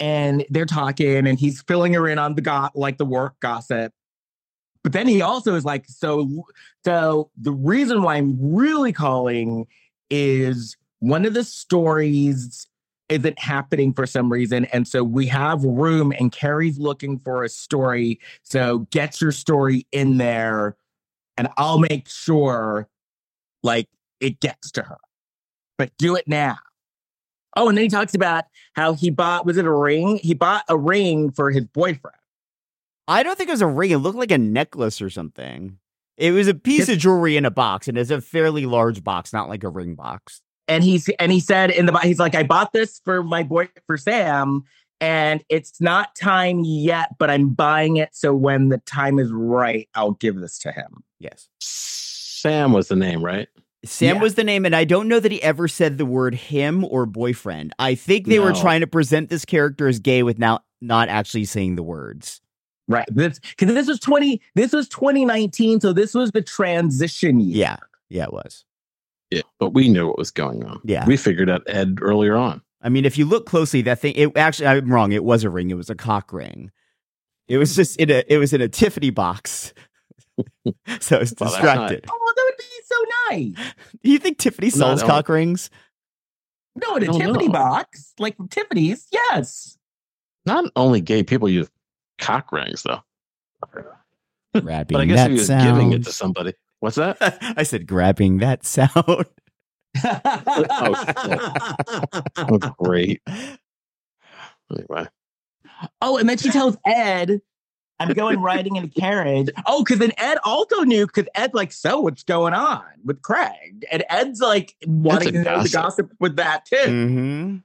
And they're talking, and he's filling her in on the go- like the work gossip. But then he also is like, so so the reason why I'm really calling is one of the stories isn't happening for some reason. And so we have room, and Carrie's looking for a story. So get your story in there, and I'll make sure like it gets to her. But do it now. Oh, and then he talks about how he bought, was it a ring? He bought a ring for his boyfriend. I don't think it was a ring. It looked like a necklace or something. It was a piece of jewelry in a box, and it's a fairly large box, not like a ring box. and he's and he said in the bo- he's like I bought this for my boy for Sam and it's not time yet but I'm buying it so when the time is right I'll give this to him. Yes. Sam was the name, right? Sam Yeah. was the name, and I don't know that he ever said the word him or boyfriend. I think they were No. trying to present this character as gay with now not actually saying the words. Right. This cuz this was 20 this was 2019 so this was the transition year. Yeah. Yeah, it was. Yeah, but we knew what was going on. Yeah. we figured out Ed earlier on. I mean, if you look closely, that thing it actually I'm wrong, it was a ring, it was a cock ring. It was just in a it was in a Tiffany box. so it's Well, that's not- distracted. Oh, that would be so nice. Do you think Tiffany No, sells no. cock rings? No, in I a don't Tiffany know. box, like from Tiffany's. Yes. Not only gay people use cock rings though, Grabbing but I guess that if he was sound. giving it to somebody, what's that? I said grabbing that sound. oh, Oh, great. Anyway, Oh, and then she tells Ed, I'm going riding in a carriage. Oh, because then Ed also knew because Ed's like, so what's going on with Craig? And Ed's like wanting to know the gossip. gossip with that too. mm-hmm.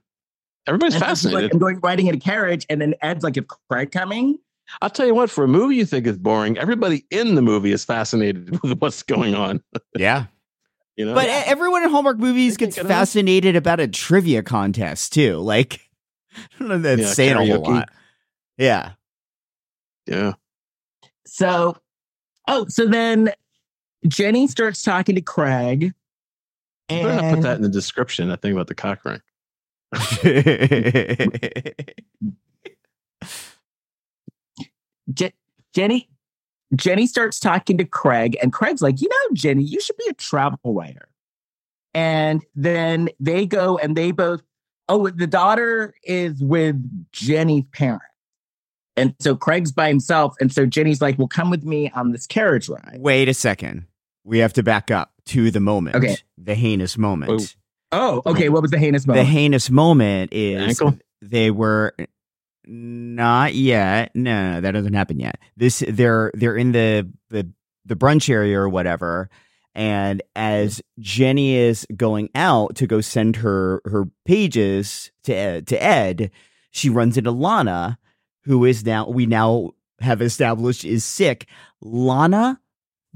everybody's And she's fascinated. Like, I'm going riding in a carriage. And then Ed's like, if Craig coming? I'll tell you what, for a movie you think is boring, everybody in the movie is fascinated with what's going on. Yeah. You know, But e- everyone in Hallmark movies They can't gets get enough. fascinated about a trivia contest too. Like, I don't know if that's Yeah, saying a karaoke. whole lot. Yeah. yeah, So, oh, so then Jenny starts talking to Craig. better not put And that in the description. That thing about the cock ring. Je- Jenny, Jenny starts talking to Craig, and Craig's like, you know, Jenny, you should be a travel writer. And then they go and they both, oh, the daughter is with Jenny's parents. And so Craig's by himself. And so Jenny's like, well, come with me on this carriage ride. Wait a second. We have to back up to the moment. Okay. The heinous moment. Oh, Oh, okay. What was the heinous The moment? heinous moment is ankle? they were not yet. No, no, that doesn't happen yet. This they're they're in the the the brunch area or whatever. And as Jenny is going out to go send her her pages to Ed, to Ed, she runs into Lana, who is now we now have established is sick. Lana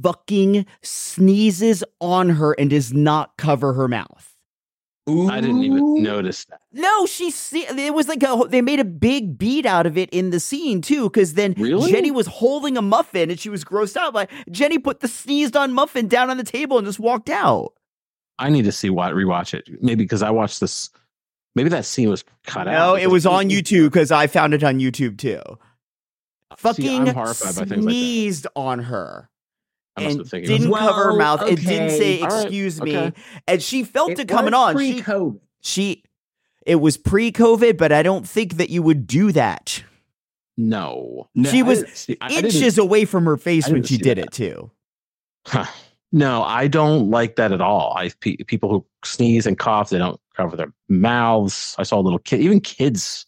fucking sneezes on her and does not cover her mouth. I didn't Ooh. even notice that. No, she see it was like a whole- they made a big beat out of it in the scene too cuz then Really? Jenny was holding a muffin and she was grossed out by Jenny put the sneezed on muffin down on the table and just walked out. I need to see why rewatch it. Maybe because I watched this. Maybe that scene was cut out. No, it because- was on YouTube cuz I found it on YouTube too. See, Fucking I'm horrified by things like that. sneezed on her I must and have thinking. didn't Didn't, cover her Well, mouth. It didn't okay. say All right, excuse me okay. and she felt it, It coming was on. She, Pre-COVID. she it was pre-COVID, but I don't think that you would do that. no, No, she I was didn't see- I- I didn't- inches away from her face I when didn't she see did that. it too. Huh. No, I don't like that at all. I pe- people who sneeze and cough, they don't cover their mouths. I saw little kid, even kids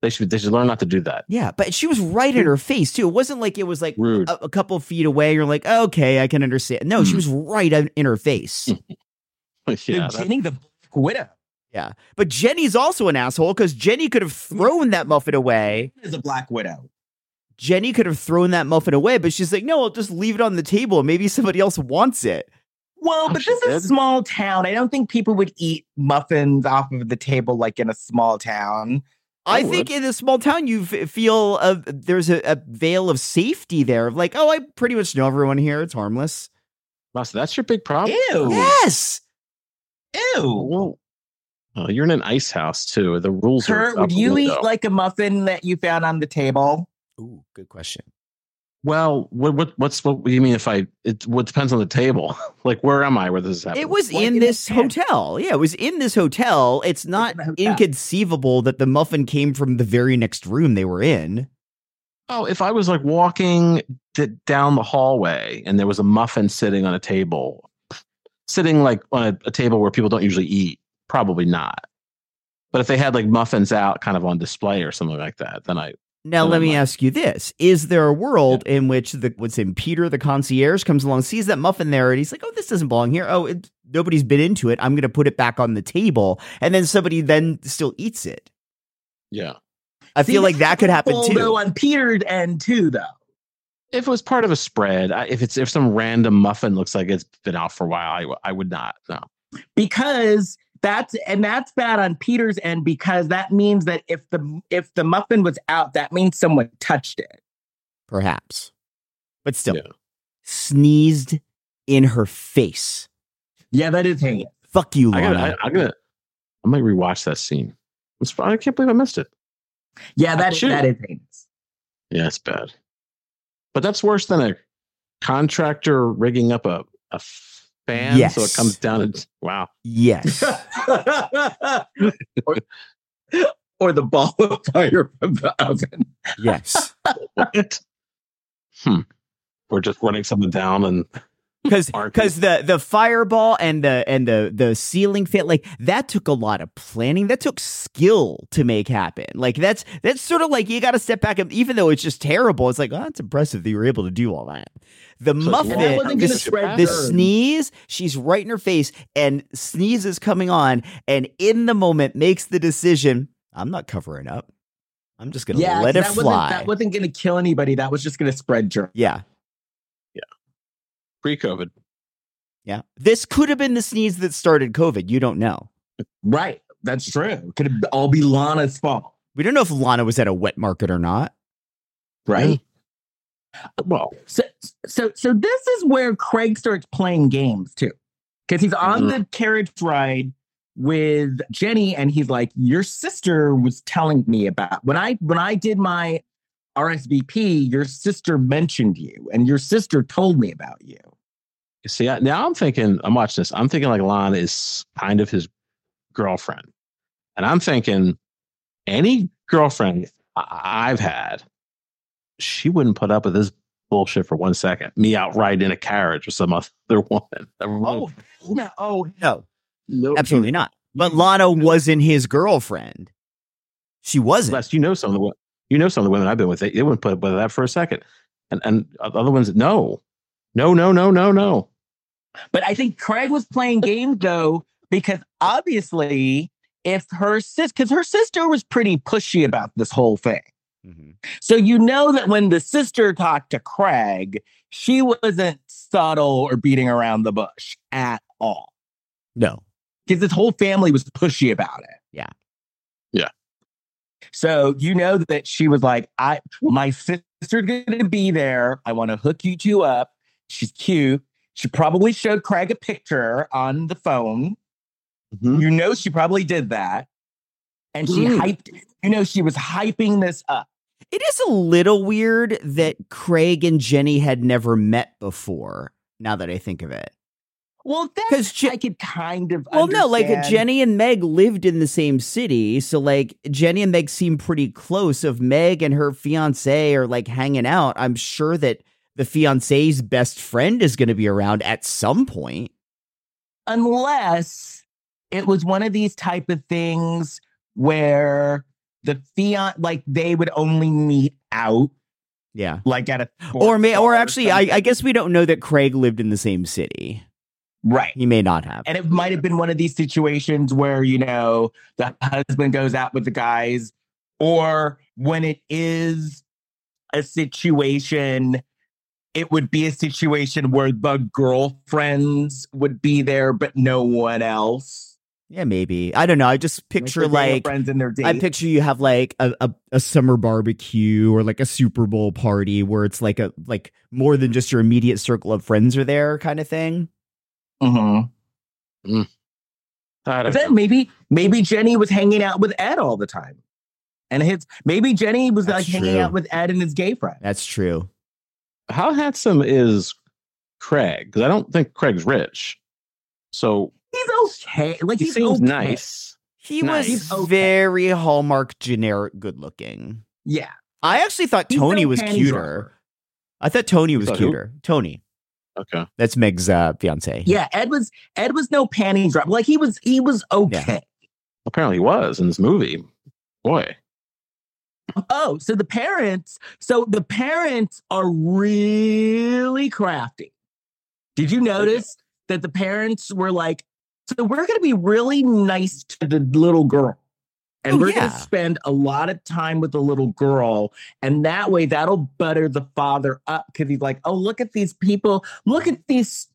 They should they should learn not to do that. Yeah, but she was right in her face too. It wasn't like it was like Rude. Oh, a, a couple feet away. You're like, okay, I can understand. No, she Hmm. was right in in her face. yeah, They're that- ginning the Black Widow but Jenny's also an asshole because Jenny could have thrown that muffin away. Is a Black Widow. Jenny could have thrown that muffin away, but she's like, no, I'll just leave it on the table. Maybe somebody else wants it. Well, Oh, but she this is did? a small town. I don't think people would eat muffins off of the table like in a small town. I I would. think in a small town, you f- feel uh there's a, a veil of safety there of like, oh, I pretty much know everyone here. It's harmless. Ross, that's your big problem. Ew. Yes. Ew. Well, oh, you're in an ice house too. The rules Kurt, are. out would the you window. eat like a muffin that you found on the table? Ooh, good question. Well, what what what's what do you mean if I? It what depends on the table. like where am I? Where this is happening? It was Like in in this the tent. hotel. Yeah, it was in this hotel. It's not the hotel. inconceivable that the muffin came from the very next room they were in. Oh, if I was like walking d- down the hallway and there was a muffin sitting on a table, sitting like on a, a table where people don't usually eat, probably not. But if they had like muffins out kind of on display or something like that, then I Now, Never let me mind. ask you this: Is there a world in which the what's in Peter, the concierge, comes along, sees that muffin there, and he's like, "Oh, this doesn't belong here. Oh, it, nobody's been into it. I'm going to put it back on the table," and then somebody then still eats it. yeah. I See, feel like this that is could happen awful, too. Though on Peter's end too, though. If it was part of a spread, I, if it's if some random muffin looks like it's been out for a while, I, w- I would not. No. because that's and that's bad on Peter's end because that means that if the if the muffin was out, that means someone touched it. perhaps, but still, Yeah. sneezed in her face. Yeah, that is heinous. Fuck you, I gotta, Lana. I, I'm gonna, I might rewatch that scene. It's, I can't believe I missed it. Yeah, that is, Shoot. that is heinous. Yeah, it's bad. But that's worse than a contractor rigging up a, a fan so it Yes. comes down and wow. yes. or, or the ball of fire from the oven. Yes. What? hmm. We're just running something down and Because Aren't because the the fireball and the and the the ceiling fit like that took a lot of planning. That took skill to make happen. Like that's that's sort of like you got to step back and even though it's just terrible, it's like oh, that's impressive that you were able to do all that. The It's like, muffin, And I wasn't gonna the, spread the germs. sneeze, she's right in her face, and sneeze is coming on, and in the moment makes the decision. I'm not covering up. I'm just gonna let 'cause it that fly. Wasn't, that wasn't going to kill anybody. That was just going to spread germs. yeah. pre COVID. Yeah. This could have been the sneeze that started COVID. You don't know. Right. That's true. Could it all be Lana's fault? We don't know if Lana was at a wet market or not. Right. Well, So, so, so this is where Craig starts playing games too, because he's on Mm-hmm. the carriage ride with Jenny, and he's like, "Your sister was telling me about when I when I did my RSVP. Your sister mentioned you, and your sister told me about you." you see, I, now I'm thinking, I'm watching this. I'm thinking like Lon is kind of his girlfriend. And I'm thinking, any girlfriend I- I've had, she wouldn't put up with this bullshit for one second. Me out riding in a carriage with some other woman. Oh no! Oh, No, no, absolutely not. But Lana wasn't his girlfriend. She wasn't. Unless Oh, you know some of the wo- you know some of the women I've been with, they, they wouldn't put up with that for a second. And and other ones, no, no, no, no, no, no. But I think Craig was playing games though, because obviously, if her sis, because her sister was pretty pushy about this whole thing. So you know that when the sister talked to Craig, she wasn't subtle or beating around the bush at all, No. because this whole family was pushy about it. Yeah. Yeah. So you know that she was like, "I, my sister's going to be there. I want to hook you two up. She's cute." She probably showed Craig a picture on the phone. Mm-hmm. You know, she probably did that. And she Mm. hyped, you know, she was hyping this up. It is a little weird that Craig and Jenny had never met before, now that I think of it. Well, that's 'Cause Je- I could kind of Well, no, like understand. Jenny and Meg lived in the same city. So, like, Jenny and Meg seem pretty close. If Meg and her fiance are like hanging out, I'm sure that the fiance's best friend is going to be around at some point. unless it was one of these type of things where the fian like they would only meet out Yeah. like at a Or may or bar actually I, something. I guess we don't know that Craig lived in the same city. right. He may not have. And it might have been one of these situations where, you know, the husband goes out with the guys, or when it is a situation, it would be a situation where the girlfriends would be there, but no one else. Yeah, maybe. I don't know. I just Like, picture they're like friends in their date. I picture you have like a, a, a summer barbecue or like a Super Bowl party where it's like a like more than just your immediate circle of friends are there kind of thing. Mhm. I don't know. Then maybe maybe Jenny was hanging out with Ed all the time. And his maybe Jenny was like That's hanging true. out with Ed and his gay friend. That's true. How handsome is Craig? Because I don't think Craig's rich. So He's okay. Like he he's seems okay. nice. He Nice. was very hallmark generic good looking. Yeah. I actually thought He's Tony no was panty cuter. dropper. I thought Tony was thought who? cuter. Tony. Okay. That's Meg's uh, fiance. Yeah, Ed was Ed was no panty drop. Like he was he was okay. Apparently he was in this movie. Boy. Oh, so the parents, so the parents are really crafty. Did Oh, you notice that the parents were like, so we're gonna be really nice to the little girl. And Oh, we're yeah. gonna spend a lot of time with the little girl. And that way that'll butter the father up because he's like, oh, look at these people, look at these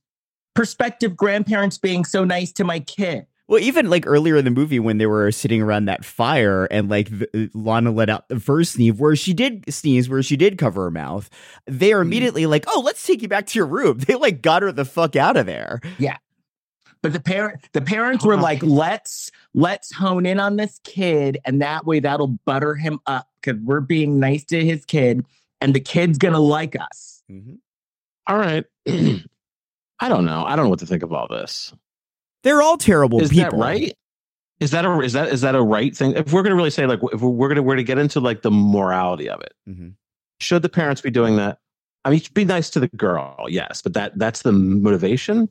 prospective grandparents being so nice to my kid. Well, even like earlier in the movie when they were sitting around that fire and like the, uh, Lana let out the first sneeze where she did sneeze, where she did cover her mouth, they Hmm. are immediately like, oh, let's take you back to your room. They like got her the fuck out of there. But the parent the parents were like, let's let's hone in on this kid, and that way that'll butter him up because we're being nice to his kid, and the kid's gonna like us. Mm-hmm. All right. I don't know. I don't know what to think of all this. They're all terrible is people. that right? Is that a is that is that a right thing? If we're gonna really say like if we're, we're gonna we're to get into like the morality of it, Mhm. should the parents be doing that? I mean, be nice to the girl, yes, but that that's the motivation.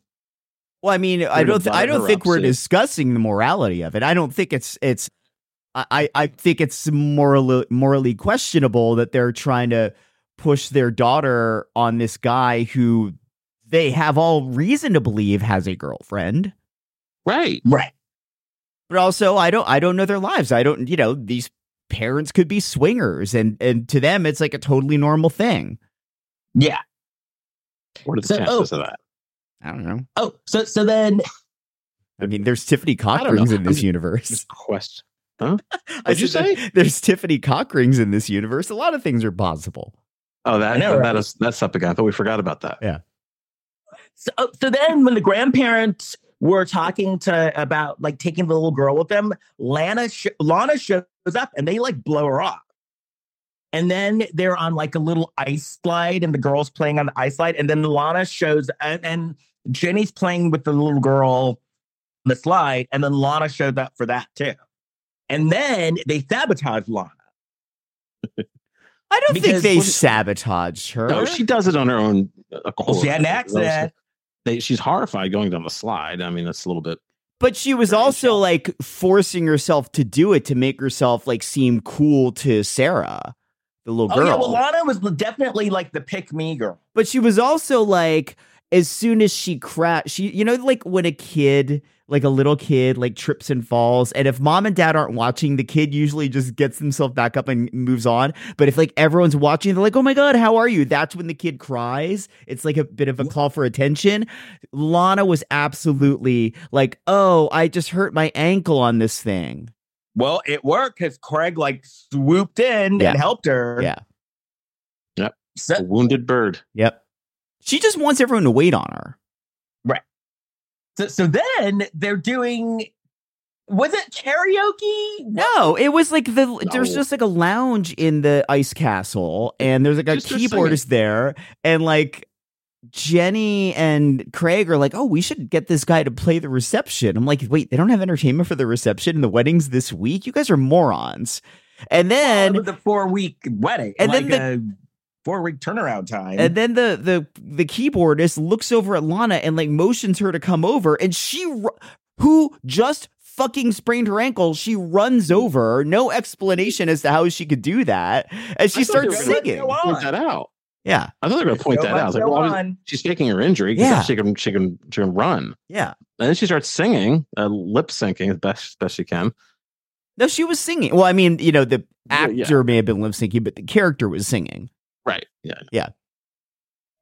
Well, I mean, I We're gonna don't, th- I butter don't her think up, we're Sue. discussing the morality of it. I don't think it's, it's, I, I- I think it's morally, morally questionable that they're trying to push their daughter on this guy who they have all reason to believe has a girlfriend. Right. Right. But also, I don't, I don't know their lives. I don't, you know, these parents could be swingers, and and to them, it's like a totally normal thing. Yeah. What are the So- chances of that? I don't know. Oh, so so then I mean, there's Tiffany don't know. Cockrings in I'm this just- universe. Question. I What'd you said there- There's Tiffany Cockrings in this universe. A lot of things are possible. Oh, I that know, right? that is that's up again. I thought we forgot about that. so, oh, so then when the grandparents were talking to about like taking the little girl with them, Lana sh- Lana shows up and they like blow her off. And then they're on like a little ice slide and the girl's playing on the ice slide. And then Lana shows and, and Jenny's playing with the little girl on the slide. And then Lana showed up for that too. And then they sabotage Lana. I don't Because- think they well, sabotaged her. No, she does it on her own uh, Oh, accord. she had an Those- accident. They, she's horrified going down the slide. I mean, that's a little bit. but she was also like forcing herself to do it to make herself like seem cool to Sarah, the little Oh, girl. yeah. Well, Lana was definitely like the pick me girl. but she was also like as soon as she crashed she you know like when a kid like a little kid like trips and falls and if mom and dad aren't watching the kid usually just gets himself back up and moves on but if like everyone's watching they're like oh my god how are you that's when the kid cries it's like a bit of a call for attention lana was absolutely like oh i just hurt my ankle on this thing Well, it worked because Craig like swooped in Yeah. and helped her. Yeah. Yep. So- A wounded bird. yep she just wants everyone to wait on her So, so then they're doing. Was it karaoke? No, it was like the there's No. just like a lounge in the ice castle, and there's like a Just her keyboardist there, and like Jenny and Craig are like, oh, we should get this guy to play the reception. I'm like, wait, they don't have entertainment for the reception and the wedding's this week. You guys are morons. And then the four week wedding, and and then like a four week turnaround time. and then the the the keyboardist looks over at Lana and like motions her to come over, and she ru- who just fucking sprained her ankle. She runs over, no explanation as to how she could do that, and she I thought they starts were gonna singing. go on. Point that out. Yeah, I thought they were going to point So that much out. I was like, go well, obviously on. she's faking her injury because Yeah. she can she can she can run. yeah. And then she starts singing, uh, lip syncing as best as best she can. No, she was singing. Well, I mean, you know, the Yeah, actor yeah. may have been lip syncing, but the character was singing. Right. Yeah.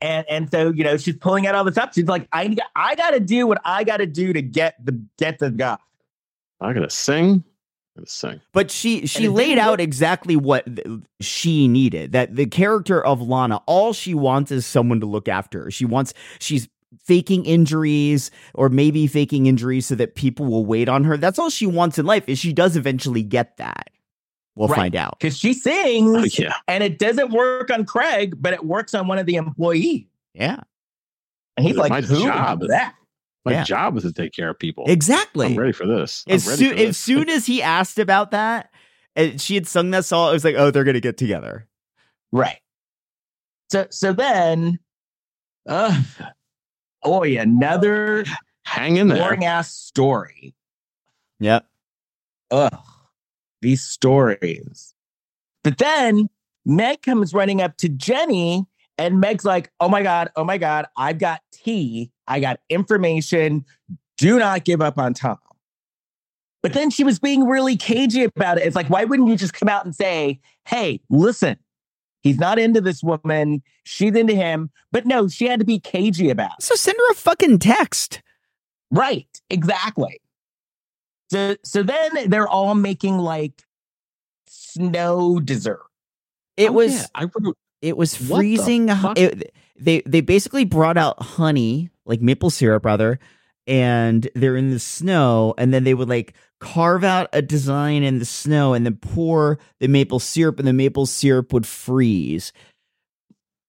And and so you know she's pulling out all the stops. She's like, I I gotta do what I gotta do to get the get the guy. I'm gonna sing. I'm gonna sing. But she she it laid didn't out look- exactly what th- she needed. That the character of Lana, all she wants is someone to look after her. She wants she's faking injuries or maybe faking injuries so that people will wait on her. That's all she wants in life. Is she does eventually get that. We'll Right. find out. Because she sings Oh, yeah. and it doesn't work on Craig, but it works on one of the employees. Yeah. And he's It's like, my Who job. is that? My Yeah. job is to take care of people. I'm Exactly. ready for this. I'm As, ready soo- for as this. soon as he asked about that, and she had sung that song, it was like, oh, they're gonna get together. Right. So so then uh oh another Hang in there. boring ass story. Yep. Ugh. These stories. But then Meg comes running up to Jenny and Meg's like, oh my God, oh my God, I've got tea. I got information. Do not give up on Tom. But then she was being really cagey about it. It's like, why wouldn't you just come out and say, hey, listen, he's not into this woman. She's into him. But no, she had to be cagey about it. So send her a fucking text. Right, exactly. So so then they're all making like snow dessert. It Oh, was yeah. I wrote It was What the freezing. h- fuck? it- they they basically brought out honey, like maple syrup, rather, and they're in the snow, and then they would like carve out a design in the snow, and then pour the maple syrup, and the maple syrup would freeze.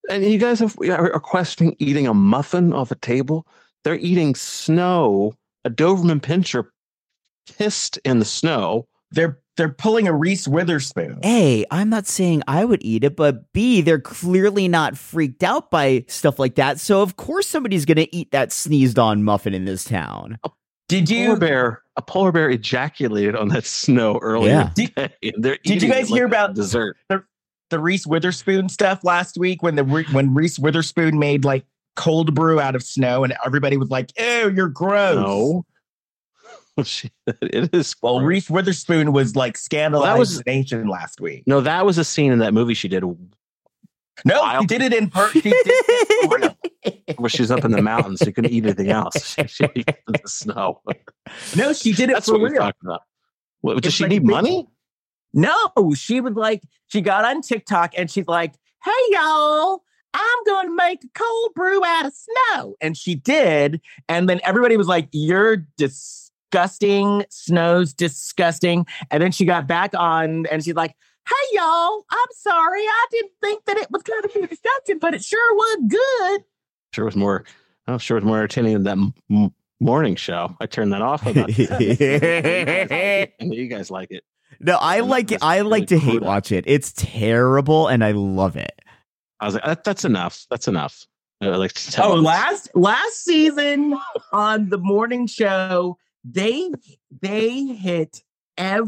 and you guys have, are are questioning eating a muffin off a table. They're eating snow. A Doberman pincher pissed in the snow. They're they're pulling a Reese Witherspoon. A, I'm not saying I would eat it, but B, they're clearly not freaked out by stuff like that. So of course somebody's gonna eat that sneezed on muffin in this town. Did Polar you bear. A polar bear ejaculated on that snow earlier. Did- today, and they're you eating guys it like hear a about- dessert? the Reese Witherspoon stuff last week when the Re- when Reese Witherspoon made like cold brew out of snow and everybody was like, "Ew, you're gross." No. She- it is. Well, gross. Reese Witherspoon was like scandalized Well, that was- the nation last week. No, that was a scene in that movie she did Oh, No, Wild. she did it in per- she did it in Florida. where she's up in the mountains. She couldn't eat anything else. She, she ate the snow. No, she did it That's for what we're real. talking about. What, does It's she like need big- money? No, she was like, she got on TikTok and she's like, hey, y'all, I'm going to make a cold brew out of snow. And she did. And then everybody was like, you're disgusting. Snow's disgusting. And then she got back on and she's like, hey, y'all, I'm sorry. I didn't think that it was going to be disgusting, but it sure was good. Sure was more. Oh, sure was more entertaining than that m- m- morning show. I turned that off. About you guys like it. No, I And that like it. was I like to really hate brutal. watch it. It's terrible and I love it. I was like, that, that's enough. That's enough. Uh, like ten oh, minutes. last last season on the morning show, they they hit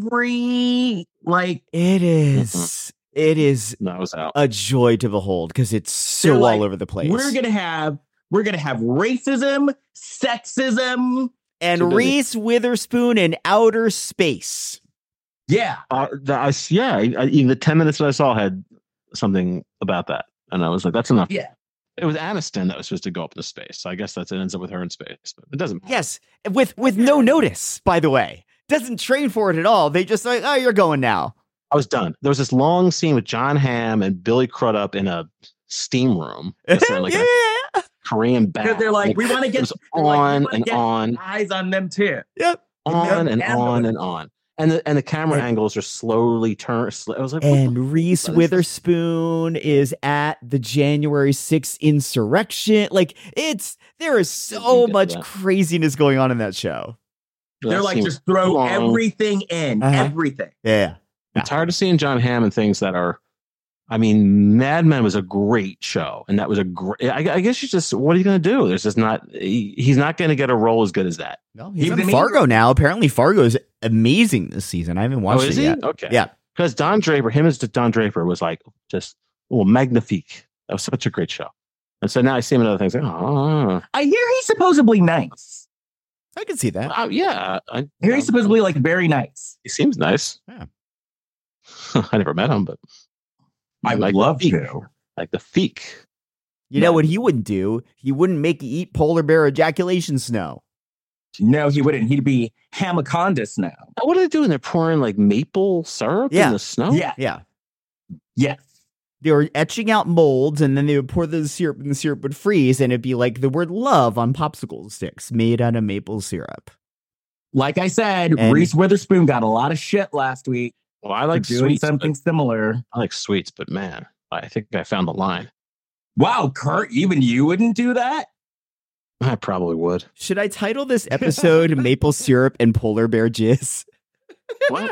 every like It is- It is No, I was out. a joy to behold because it's so They're like, all over the place. We're gonna have we're gonna have racism, sexism. So and does it. Reese Witherspoon in outer space. Yeah. Uh, the, I, s- yeah, I, I, even the ten minutes that I saw had something about that, and I was like, that's enough. Yeah. It was Aniston that was supposed to go up into space. So I guess that's it ends up with her in space. But it doesn't matter. Yes, with with no notice. By the way, doesn't train for it at all. They just like, oh, you're going now. I was done. There was this long scene with John Hamm and Billy Crudup in a steam room. It's in, like yeah. a Korean bath. they're like, we wanna it get- was they're like, we on wanna and get- on, Eyes on them too. Yep. on and- and on and on. And the and the camera And- angles are slowly turn. Sl- I was like, what the And Reese This- Witherspoon is at the January 6th insurrection. Like it's there is so get to much that. craziness going on in that show. f- They're that like, scene just throw long. everything in, Uh-huh. everything. Yeah. I'm tired of seeing John Hamm and things that are I mean, Mad Men was a great show, and that was a great. I, I guess you just what are you going to do? There's just not. He, he's not going to get a role as good as that. No, he's Even in me? Fargo now. Apparently, Fargo's amazing this season. I haven't watched oh, is it he? yet. Okay. Yeah. Because Don Draper, him as Don Draper was like just well magnifique. That was such a great show. And so now I see him in other things. Like, oh, I hear he's supposedly nice. I can see that. oh, yeah. I, I hear he's supposedly like very nice. He seems nice. Yeah. I never met him, but the feek. Like the feek. You know what he wouldn't do? He wouldn't make you eat polar bear ejaculation snow. No, he wouldn't. He'd be hamacondas now. Oh, What are they doing? They're pouring like maple syrup Yeah. in the snow. Yeah, Yeah. yes. They were etching out molds and then they would pour the syrup and the syrup would freeze and it'd be like the word love on popsicle sticks made out of maple syrup. Like I said, And- Reese Witherspoon got a lot of shit last week Well, Oh, I for like doing sweets. something Something. similar. I like sweets, but man, I think I found the line. Wow, Kurt, even you wouldn't do that? I probably would. Should I title this episode Maple Syrup and Polar Bear Jizz? What?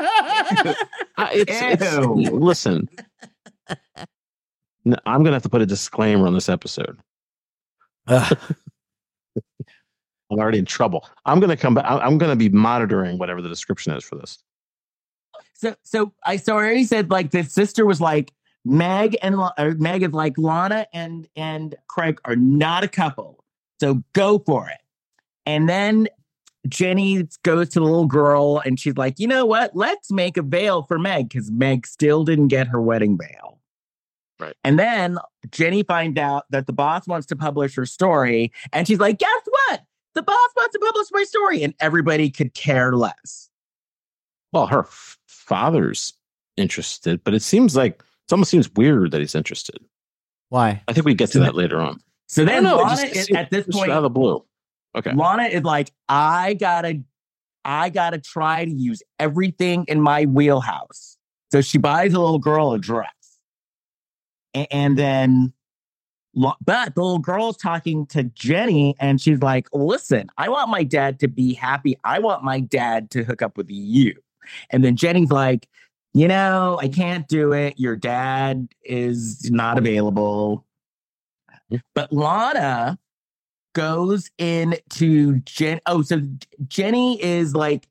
I, it's, it's- Ew. listen, No, I'm gonna have to put a disclaimer on this episode. Ugh. I'm already in trouble. I'm gonna come back. I- I'm gonna be monitoring whatever the description is for this. So, so I so I already said like the sister was like Meg and La- or Meg is like Lana and and Craig are not a couple, so go for it. And then Jenny goes to the little girl and she's like, you know what? Let's make a veil for Meg because Meg still didn't get her wedding veil. Right. And then Jenny finds out that the boss wants to publish her story, and she's like, guess what? The boss wants to publish my story, and everybody could care less. Well, her f- father's interested, but it seems like it almost seems weird that he's interested. Why? I think we get to that later on. So I don't then know, it Lana just is, seems- at this just point, out of the blue. Okay. Lana is like, I gotta, I gotta try to use everything in my wheelhouse. So she buys a little girl a dress, A- and, then, Lo- but the little girl's talking to Jenny, and she's like, "Listen, I want my dad to be happy. I want my dad to hook up with you." And then Jenny's like, "You know, I can't do it. Your dad is not available." But Lana goes in to Jen. Oh, so Jenny is like,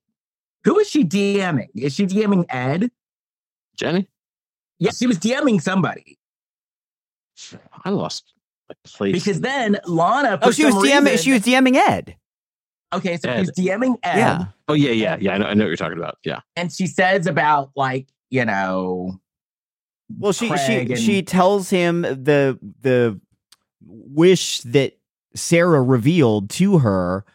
who is she DMing? Is she DMing Ed? Jenny, Yeah, she was DMing somebody I lost my place. because then Lana. Oh, for she was some DMing. reason- She was DMing Ed. okay. So Ed. she's DMing Ed, Yeah. oh yeah, yeah, yeah. I know, I know what you're talking about. Yeah. and she says about like you know, Well, she Craig she and- she tells him the the wish that Sarah revealed to her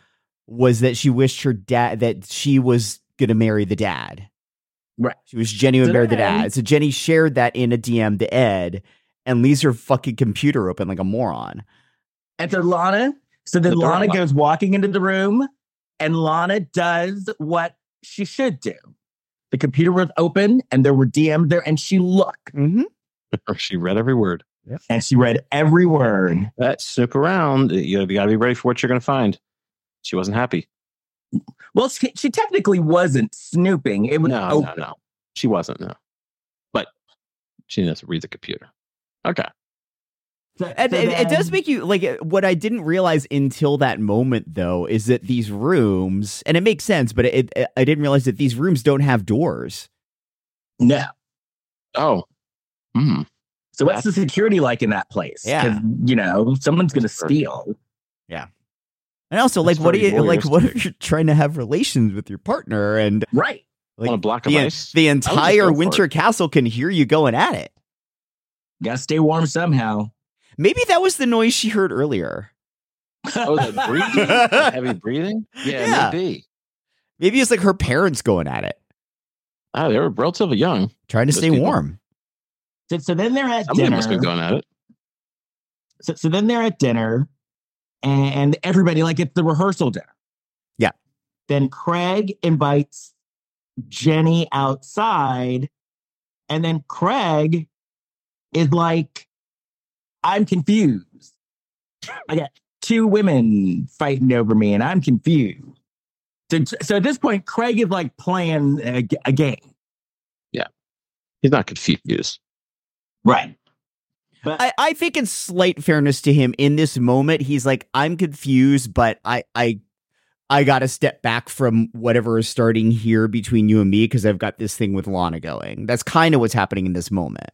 was that she wished her dad that she was going to marry the dad. Right. She was Jenny would So marry the then- dad. So Jenny shared that in a DM to Ed and leaves her fucking computer open like a moron. and so Lana. So then The door Lana lock. goes walking into the room, and Lana does what she should do. The computer was open, and there were DMs there, and she looked, Mm-hmm. she read every word. and she read every word. That snoop around. You, you got to be ready for what you're going to find. She wasn't happy. Well, she, she technically wasn't snooping. It was No, oh, no, no. She wasn't. No, but she needs to read the computer. Okay. so- And so it, it does then- make you like uh, what I didn't realize until that moment, though, is that these rooms, and it makes sense, but it, it, I didn't realize that these rooms don't have doors. no. Oh. Hmm. So what's the security like in that place? 'Cause, Yeah. you know someone's gonna Sure. steal. And also, That's like, what do very you like? What if voyeuristic. you're trying to have relations with your partner and Right. like On a block of the, ice. the just entire go for Winter Castle can hear you going at it? Gotta stay warm somehow. Maybe that was the noise she heard earlier. oh, the breathing. The heavy breathing. Yeah, Yeah. maybe. Maybe it's like her parents going at it, Oh, they were relatively young. trying to Those stay people. warm. So, so then they're at Somebody dinner. must have gone at it. So, so then they're at dinner, and, and everybody like it's the rehearsal dinner. Yeah. Then Craig invites Jenny outside, and then Craig is like, "I'm confused. I got two women fighting over me, and I'm confused." So, so at this point, Craig is like playing a, g- a game, He's not confused. right? But I, I think in slight fairness to him in this moment, he's like, I'm confused, but I I I gotta step back from whatever is starting here between you and me because I've got this thing with Lana going. That's kind of what's happening in this moment.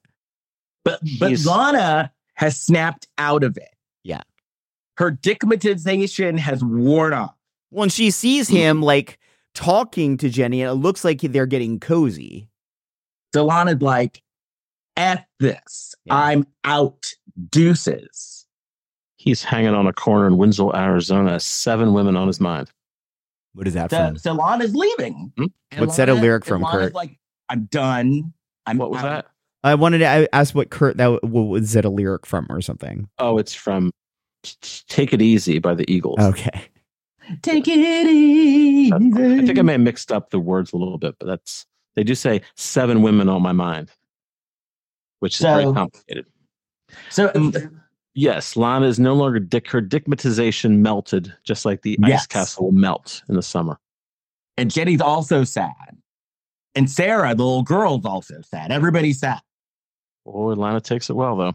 But but He's- Lana has snapped out of it. Yeah. Her dickmatization has worn off. When she sees him like talking to Jenny, and it looks like they're getting cozy. So Lana's like, F this. Yeah. I'm out. Deuces. he's hanging on a corner in Winslow, Arizona. Seven women on his mind. What is that So, from? so Lana's leaving. Hmm? And What's that a lyric and from, Lana's Kurt? like, I'm done. I'm What was out." that? I wanted to a- ask what Kurt that w- w- was it a lyric from or something. Oh, it's from T- T- "Take It Easy" by the Eagles. Okay. Take it easy. I think I may have mixed up the words a little bit, but that's they do say seven women on my mind, which is So- um, very complicated. So Yes, Lana is no longer dick. Her dickmatization melted, just like the Yes. ice castle will melt in the summer. and Jenny's also sad. And Sarah, the little girl's also sad. Everybody's sad. Or Lana takes it well, though.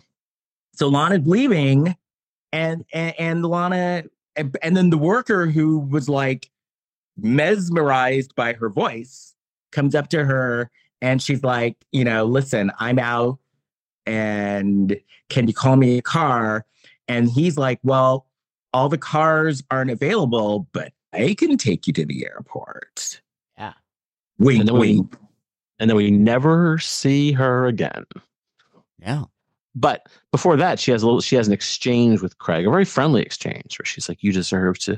so Lana's leaving, and and, and Lana, and, and then the worker who was like mesmerized by her voice comes up to her, and she's like, you know, listen, I'm out, and can you call me a car? And he's like, well, all the cars aren't available, but I can take you to the airport. Yeah. Wink, And then we- wink. And then we never see her again. Yeah. But before that, she has a little. She has an exchange with Craig, a very friendly exchange, where she's like, "You deserve to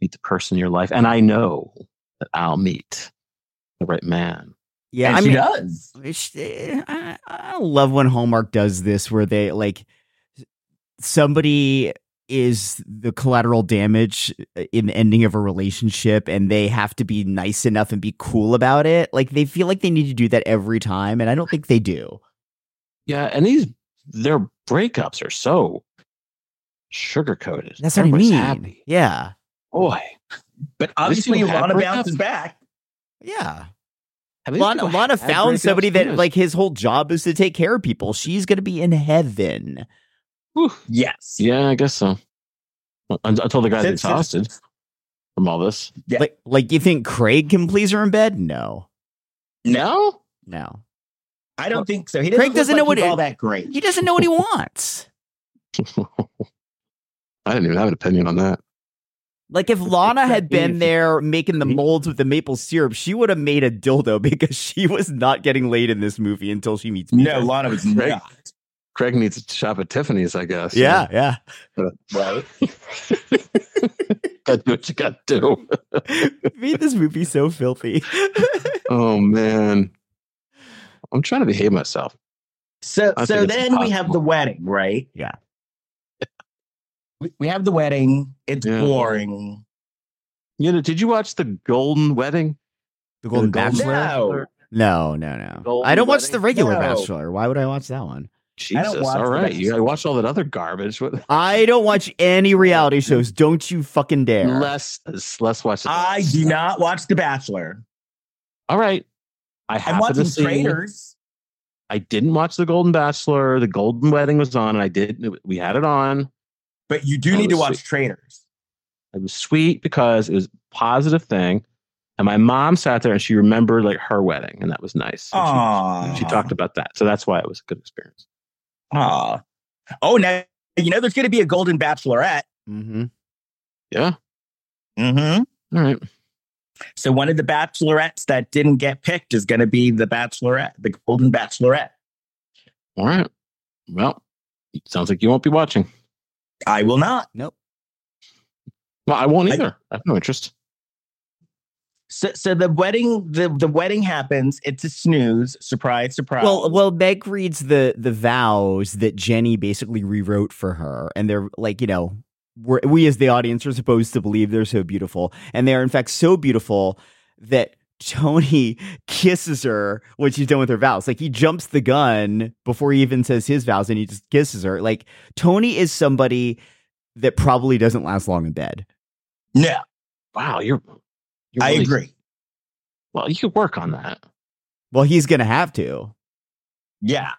meet the person in your life, and I know that I'll meet the right man." Yeah. and I she mean, does. Which, eh, I, I love when Hallmark does this, where they like somebody is the collateral damage eh, in the ending of a relationship, and they have to be nice enough and be cool about it. Like they feel like they need to do that every time, and I don't think they do. Yeah, and these their breakups are so sugar coated. That's what I mean. Yeah, Boy, But At least you obviously, had Lana breakups. bounces back. yeah. have these Lana, people Lana had found breakups? somebody Who that knows? like his whole job is to take care of people. She's gonna be in heaven. Whew. Yes. Yeah, I guess so. Well, un- Until the guy's Since- exhausted from all this. Yeah. Like, like you think Craig can please her in bed? No, No, no. I don't think so. He doesn't Craig look doesn't know like what he's it- all that great. He doesn't know what he wants. I didn't even have an opinion on that. Like if Lana had been there making the Mhm. molds with the maple syrup, she would have made a dildo because she was not getting laid in this movie until she meets Peter. No, Lana was Craig- not. Craig needs to shop at Tiffany's, I guess. Yeah, yeah. right. gotta do what you gotta do. Made this movie so filthy. Oh man, I'm trying to behave myself. So, I so think it's then we have impossible. the wedding, right? Yeah. We- We have the wedding. It's Yeah. boring. You know, did you watch the Golden Wedding? the Golden The Golden Bachelor? No, No, no, no. Golden I don't watch Wedding? the regular No. Bachelor. Why would I watch that I one? Jesus, don't watch all The right, you Bachelor. I watched all that other garbage. What? I don't watch any reality shows. Don't you fucking dare. Less, less watch. The I do not watch The Bachelor. All right, I I'm happened to watching see. Traitors. I didn't watch the Golden Bachelor. The Golden Wedding was on, and I did. We had it on. But you do Oh, need to sweet. watch Traitors. It was sweet because it was a positive thing. And my mom sat there and she remembered like her wedding, and that was nice. Aww. And she- She talked about that. So that's why it was a good experience. Aww. Oh, now you know there's going to be a Golden Bachelorette. Mm-hmm. Yeah. Mm-hmm. All right. So one of the Bachelorettes that didn't get picked is going to be the Bachelorette, the Golden Bachelorette. All right. Well, it sounds like you won't be watching. I will not. Well, I won't I- either. I, have no interest. So, so the wedding, the, the wedding happens. It's a snooze. Surprise, surprise. Well, well, Meg reads the the vows that Jenny basically rewrote for her, and they're like, you know, we're, we as the audience are supposed to believe they're so beautiful, and they are in fact so beautiful that Tony kisses her when she's done with her vows. Like he jumps the gun before he even says his vows, and he just kisses her. Like Tony is somebody that probably doesn't last long in bed. no, Wow, you're. you're I really- agree. Well, you could work on that. Well, he's gonna have to. Yeah.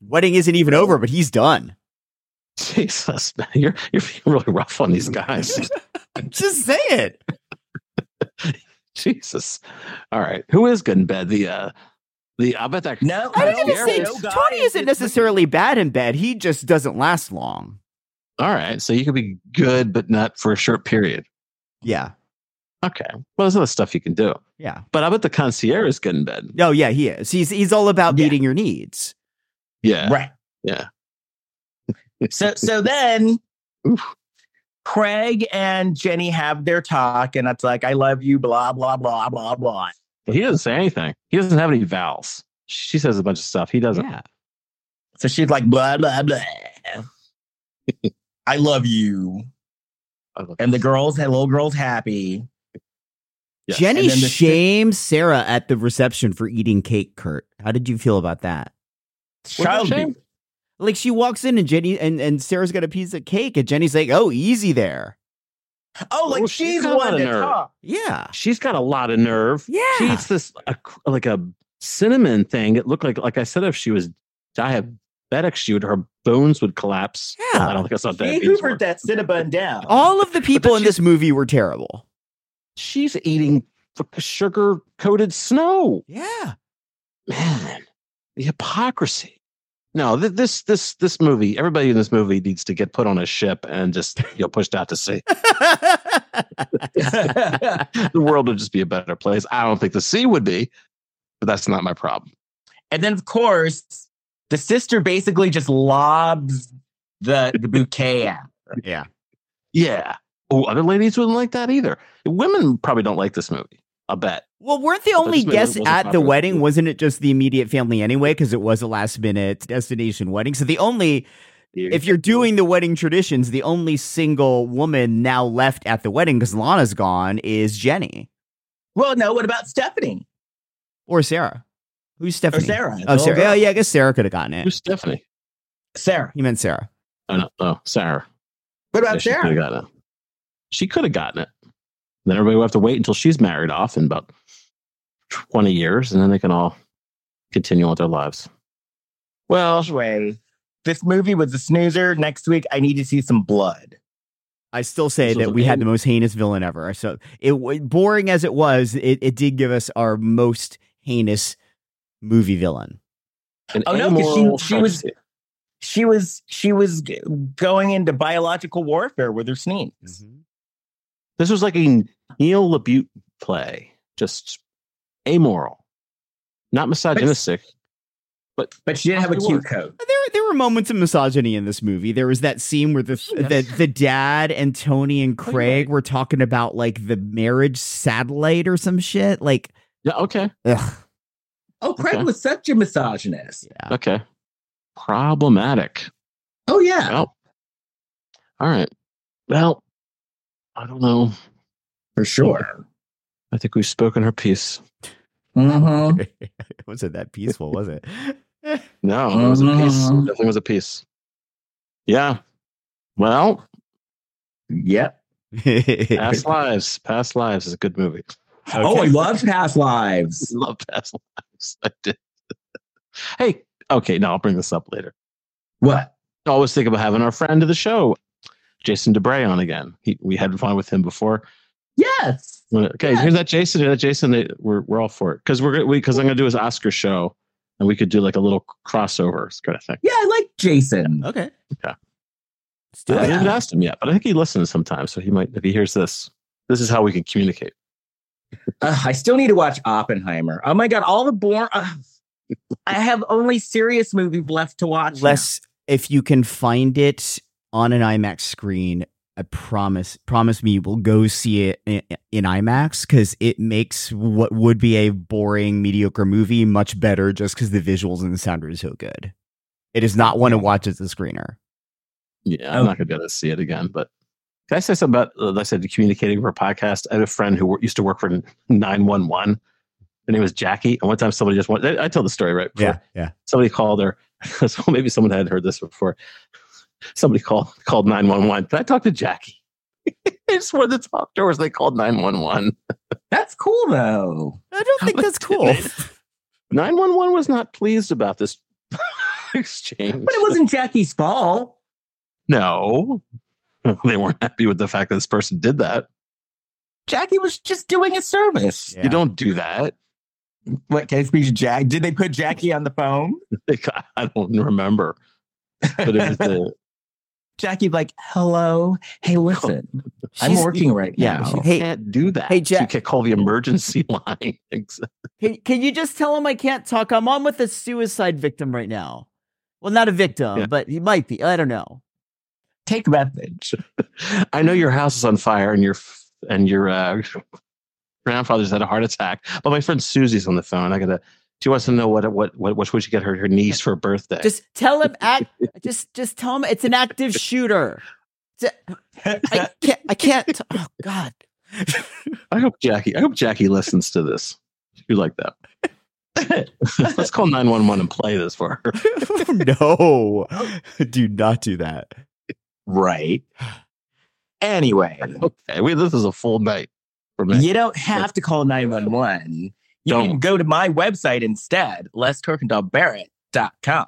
Wedding isn't even over, but he's done. Jesus, man, you're you're being really rough on these guys. Just say it. Jesus. All right, who is good in bed? The uh, the I bet that No, I no, don't even Gary. say no guy Tony is- isn't necessarily bad in bed. He just doesn't last long. All right, so you could be good, but not for a short period. Yeah. Okay, well, there's other stuff you can do, Yeah. but I bet the concierge is good in bed. Oh, yeah, he is. He's he's all about Yeah. meeting your needs. Yeah, Right. Yeah. So so then Oof. Craig and Jenny have their talk, and it's like, I love you, blah, blah, blah, blah, blah. He doesn't say anything. He doesn't have any vowels. She says a bunch of stuff. He doesn't. Yeah. So she's like, blah, blah, blah. I love you. I love And the this. girls, the little girl's happy. Yes. Jenny And then the- shames Sarah at the reception for eating cake, Kurt. How did you feel about that? It's What about child Shane? abuse. Like she walks in and Jenny and, and Sarah's got a piece of cake and Jenny's like, "Oh, easy there." Oh, like Oh, she's she's got a lot one of to nerve. talk. Yeah. she's got a lot of nerve. Yeah. She eats this a, like a cinnamon thing. It looked like, like I said, if she was diabetic, she would her bones would collapse. Well, Yeah. I don't think that's not She diabetes. hoovered word. that cinnamon down. all of the people then in this movie were terrible. She's eating sugar coated snow. Yeah. Man, the hypocrisy. No, th- this this this movie. Everybody in this movie needs to get put on a ship and just you know pushed out to sea. the world would just be a better place. I don't think the sea would be, but that's not my problem. And then, of course, the sister basically just lobs the, the bouquet at. yeah. Yeah. Oh, other ladies wouldn't like that either. Women probably don't like this movie. I bet. Well, weren't the But only this movie guests wasn't at the popular. wedding? Wasn't it just the immediate family anyway? Because it was a last minute destination wedding. So the only, if you're doing the wedding traditions, the only single woman now left at the wedding because Lana's gone is Jenny Well, no, what about Stephanie or Sarah. Who's or Stephanie? Sarah? Oh, Sarah. girl. Oh, yeah. I guess Sarah could have gotten it. Who's Stephanie? Sarah. He meant Sarah. Oh no, oh Sarah. What Yeah, about she could Sarah? have gotten it. She could have gotten it. Then everybody will have to wait until she's married off in about twenty years, and then they can all continue on with their lives. Well, Anyway, this movie was a snoozer. Next week, I need to see some blood. I still say This was that we had amazing. the most heinous villain ever. So it w- boring as it was, it, it did give us our most heinous movie villain. an Oh, no, 'cause she- amoral she was- tragedy. She was she was g- going into biological warfare with her Mm-hmm. sneaks. Mm-hmm. This was like a Neil Labute play, just amoral, not misogynistic. But she didn't have a Sure. cute coat. There, there were moments of misogyny in this movie. There was that scene where the the, the dad and Tony and you're Craig were talking about like the marriage satellite or some shit. Like, Yeah. Okay. ugh. Oh, Craig Okay. was such a misogynist. Okay. Problematic. Oh yeah. Well, all right. Well, I don't know. For sure. I think we've spoken her piece. hmm it wasn't that peaceful, was it? No, it was a piece. Mhm. Definitely was a piece. Yeah. Well, Yep. Past Lives. Past Lives is a good movie. Oh, I love past lives. Love Past Lives. I did. hey, okay. No, I'll bring this up later. What? I always think about having our friend of the show, Jason DeBray, on again. He, we had fun with him before. Yes. Okay, Yeah. here's that Jason. Here's that Jason. They, we're we're all for it because we're gonna because I'm gonna do his Oscar show, and we could do like a little crossover kind of thing. Yeah, I like Jason. okay. Yeah. Let's do I Uh, it. haven't asked him yet, but I think he listens sometimes, so he might if he hears this. This is how we can communicate. Ugh, I still need to watch Oppenheimer. Oh my god, all the born. I have only serious movies left to watch. now. Less if you can find it on an IMAX screen. I promise, promise me you will go see it in, in IMAX because it makes what would be a boring, mediocre movie much better just because the visuals and the sound are so good. It is not one to watch as a screener. Yeah, I'm not gonna be able to see it again. But can I say something about uh, like I said communicating over a podcast? I had a friend who wor- used to work for nine one one. Her name was Jackie, and one time somebody just went. I, I tell the story right. before. yeah. somebody called her. so maybe someone had heard this before. Somebody called called nine one one. Can I talk to Jackie? they just wanted to talk to her. So they called nine one one. That's cool though. I don't think that's cool. Nine one one was not pleased about this exchange. But it wasn't Jackie's fault. No, they weren't happy with the fact that this person did that. Jackie was just doing a service. Yeah. You don't do that. What can I speak to Jack? Did they put Jackie on the phone? I don't remember. But it was the, Jackie, like, hello, hey, listen, I'm She's- working right yeah, now. you Hey- can't do that. hey, Jack- You can call the emergency line. Hey, can you just tell him I can't talk? I'm on with a suicide victim right now. Well, not a victim, Yeah. but he might be. I don't know. Take message. I know your house is on fire and your f- and your uh, grandfather's had a heart attack, but my friend Susie's on the phone. I gotta. She wants to know what what what what would she get her her niece for her birthday? Just tell him act. just just tell him it's an active shooter. I can't. I can't. t- oh God. I hope Jackie. I hope Jackie listens to this. You like that? Let's call nine one one and play this for her. no, do not do that. right. Anyway, Okay, we, this is a full night for me. you don't have to call 911. You can Don't. go to my website instead, leskirkendallbarrett.com.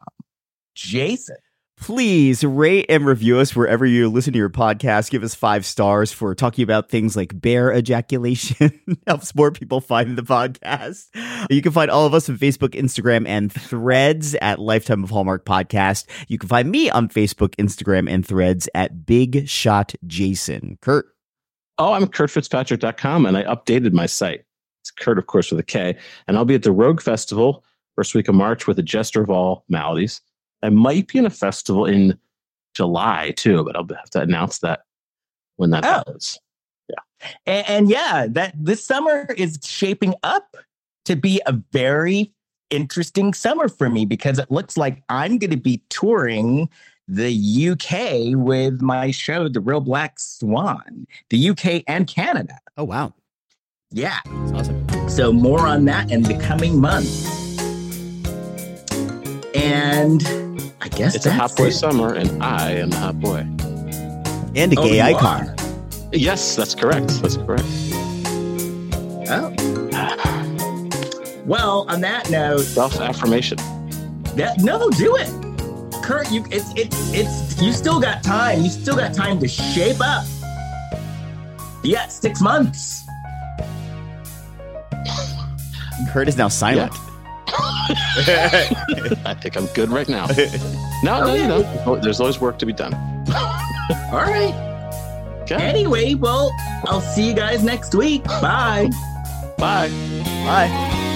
Jason. Please rate and review us wherever you listen to your podcast. Give us five stars for talking about things like bear ejaculation. Helps more people find the podcast. You can find all of us on Facebook, Instagram, and threads at Lifetime of Hallmark Podcast. You can find me on Facebook, Instagram, and threads at Big Shot Jason. Kurt. Oh, I'm KurtFitzpatrick.com, and I updated my site. It's Kurt, of course, with a K. And I'll be at the Rogue Festival first week of March with the Jester of All Maladies. I might be in a festival in July too, but I'll have to announce that when that Oh. happens. And, and yeah, that this summer is shaping up to be a very interesting summer for me because it looks like I'm going to be touring the UK with my show, The Real Black Swan, the UK and Canada. Oh, wow. Yeah. That's awesome. So more on that in the coming months. And I guess It's a hot that's boy it. summer, and I am the hot boy. And a Oh, gay you icon. are. Yes, that's correct. That's correct. Oh. Well, on that note, Self affirmation. That, no, do it. Kurt, you it's it's it's you still got time. You still got time to shape up. Yeah, six months. Kurt is now silent. I think I'm good right now. No, no, you know, there's always work to be done. All right. Okay, Anyway, well, I'll see you guys next week. Bye. bye. Bye.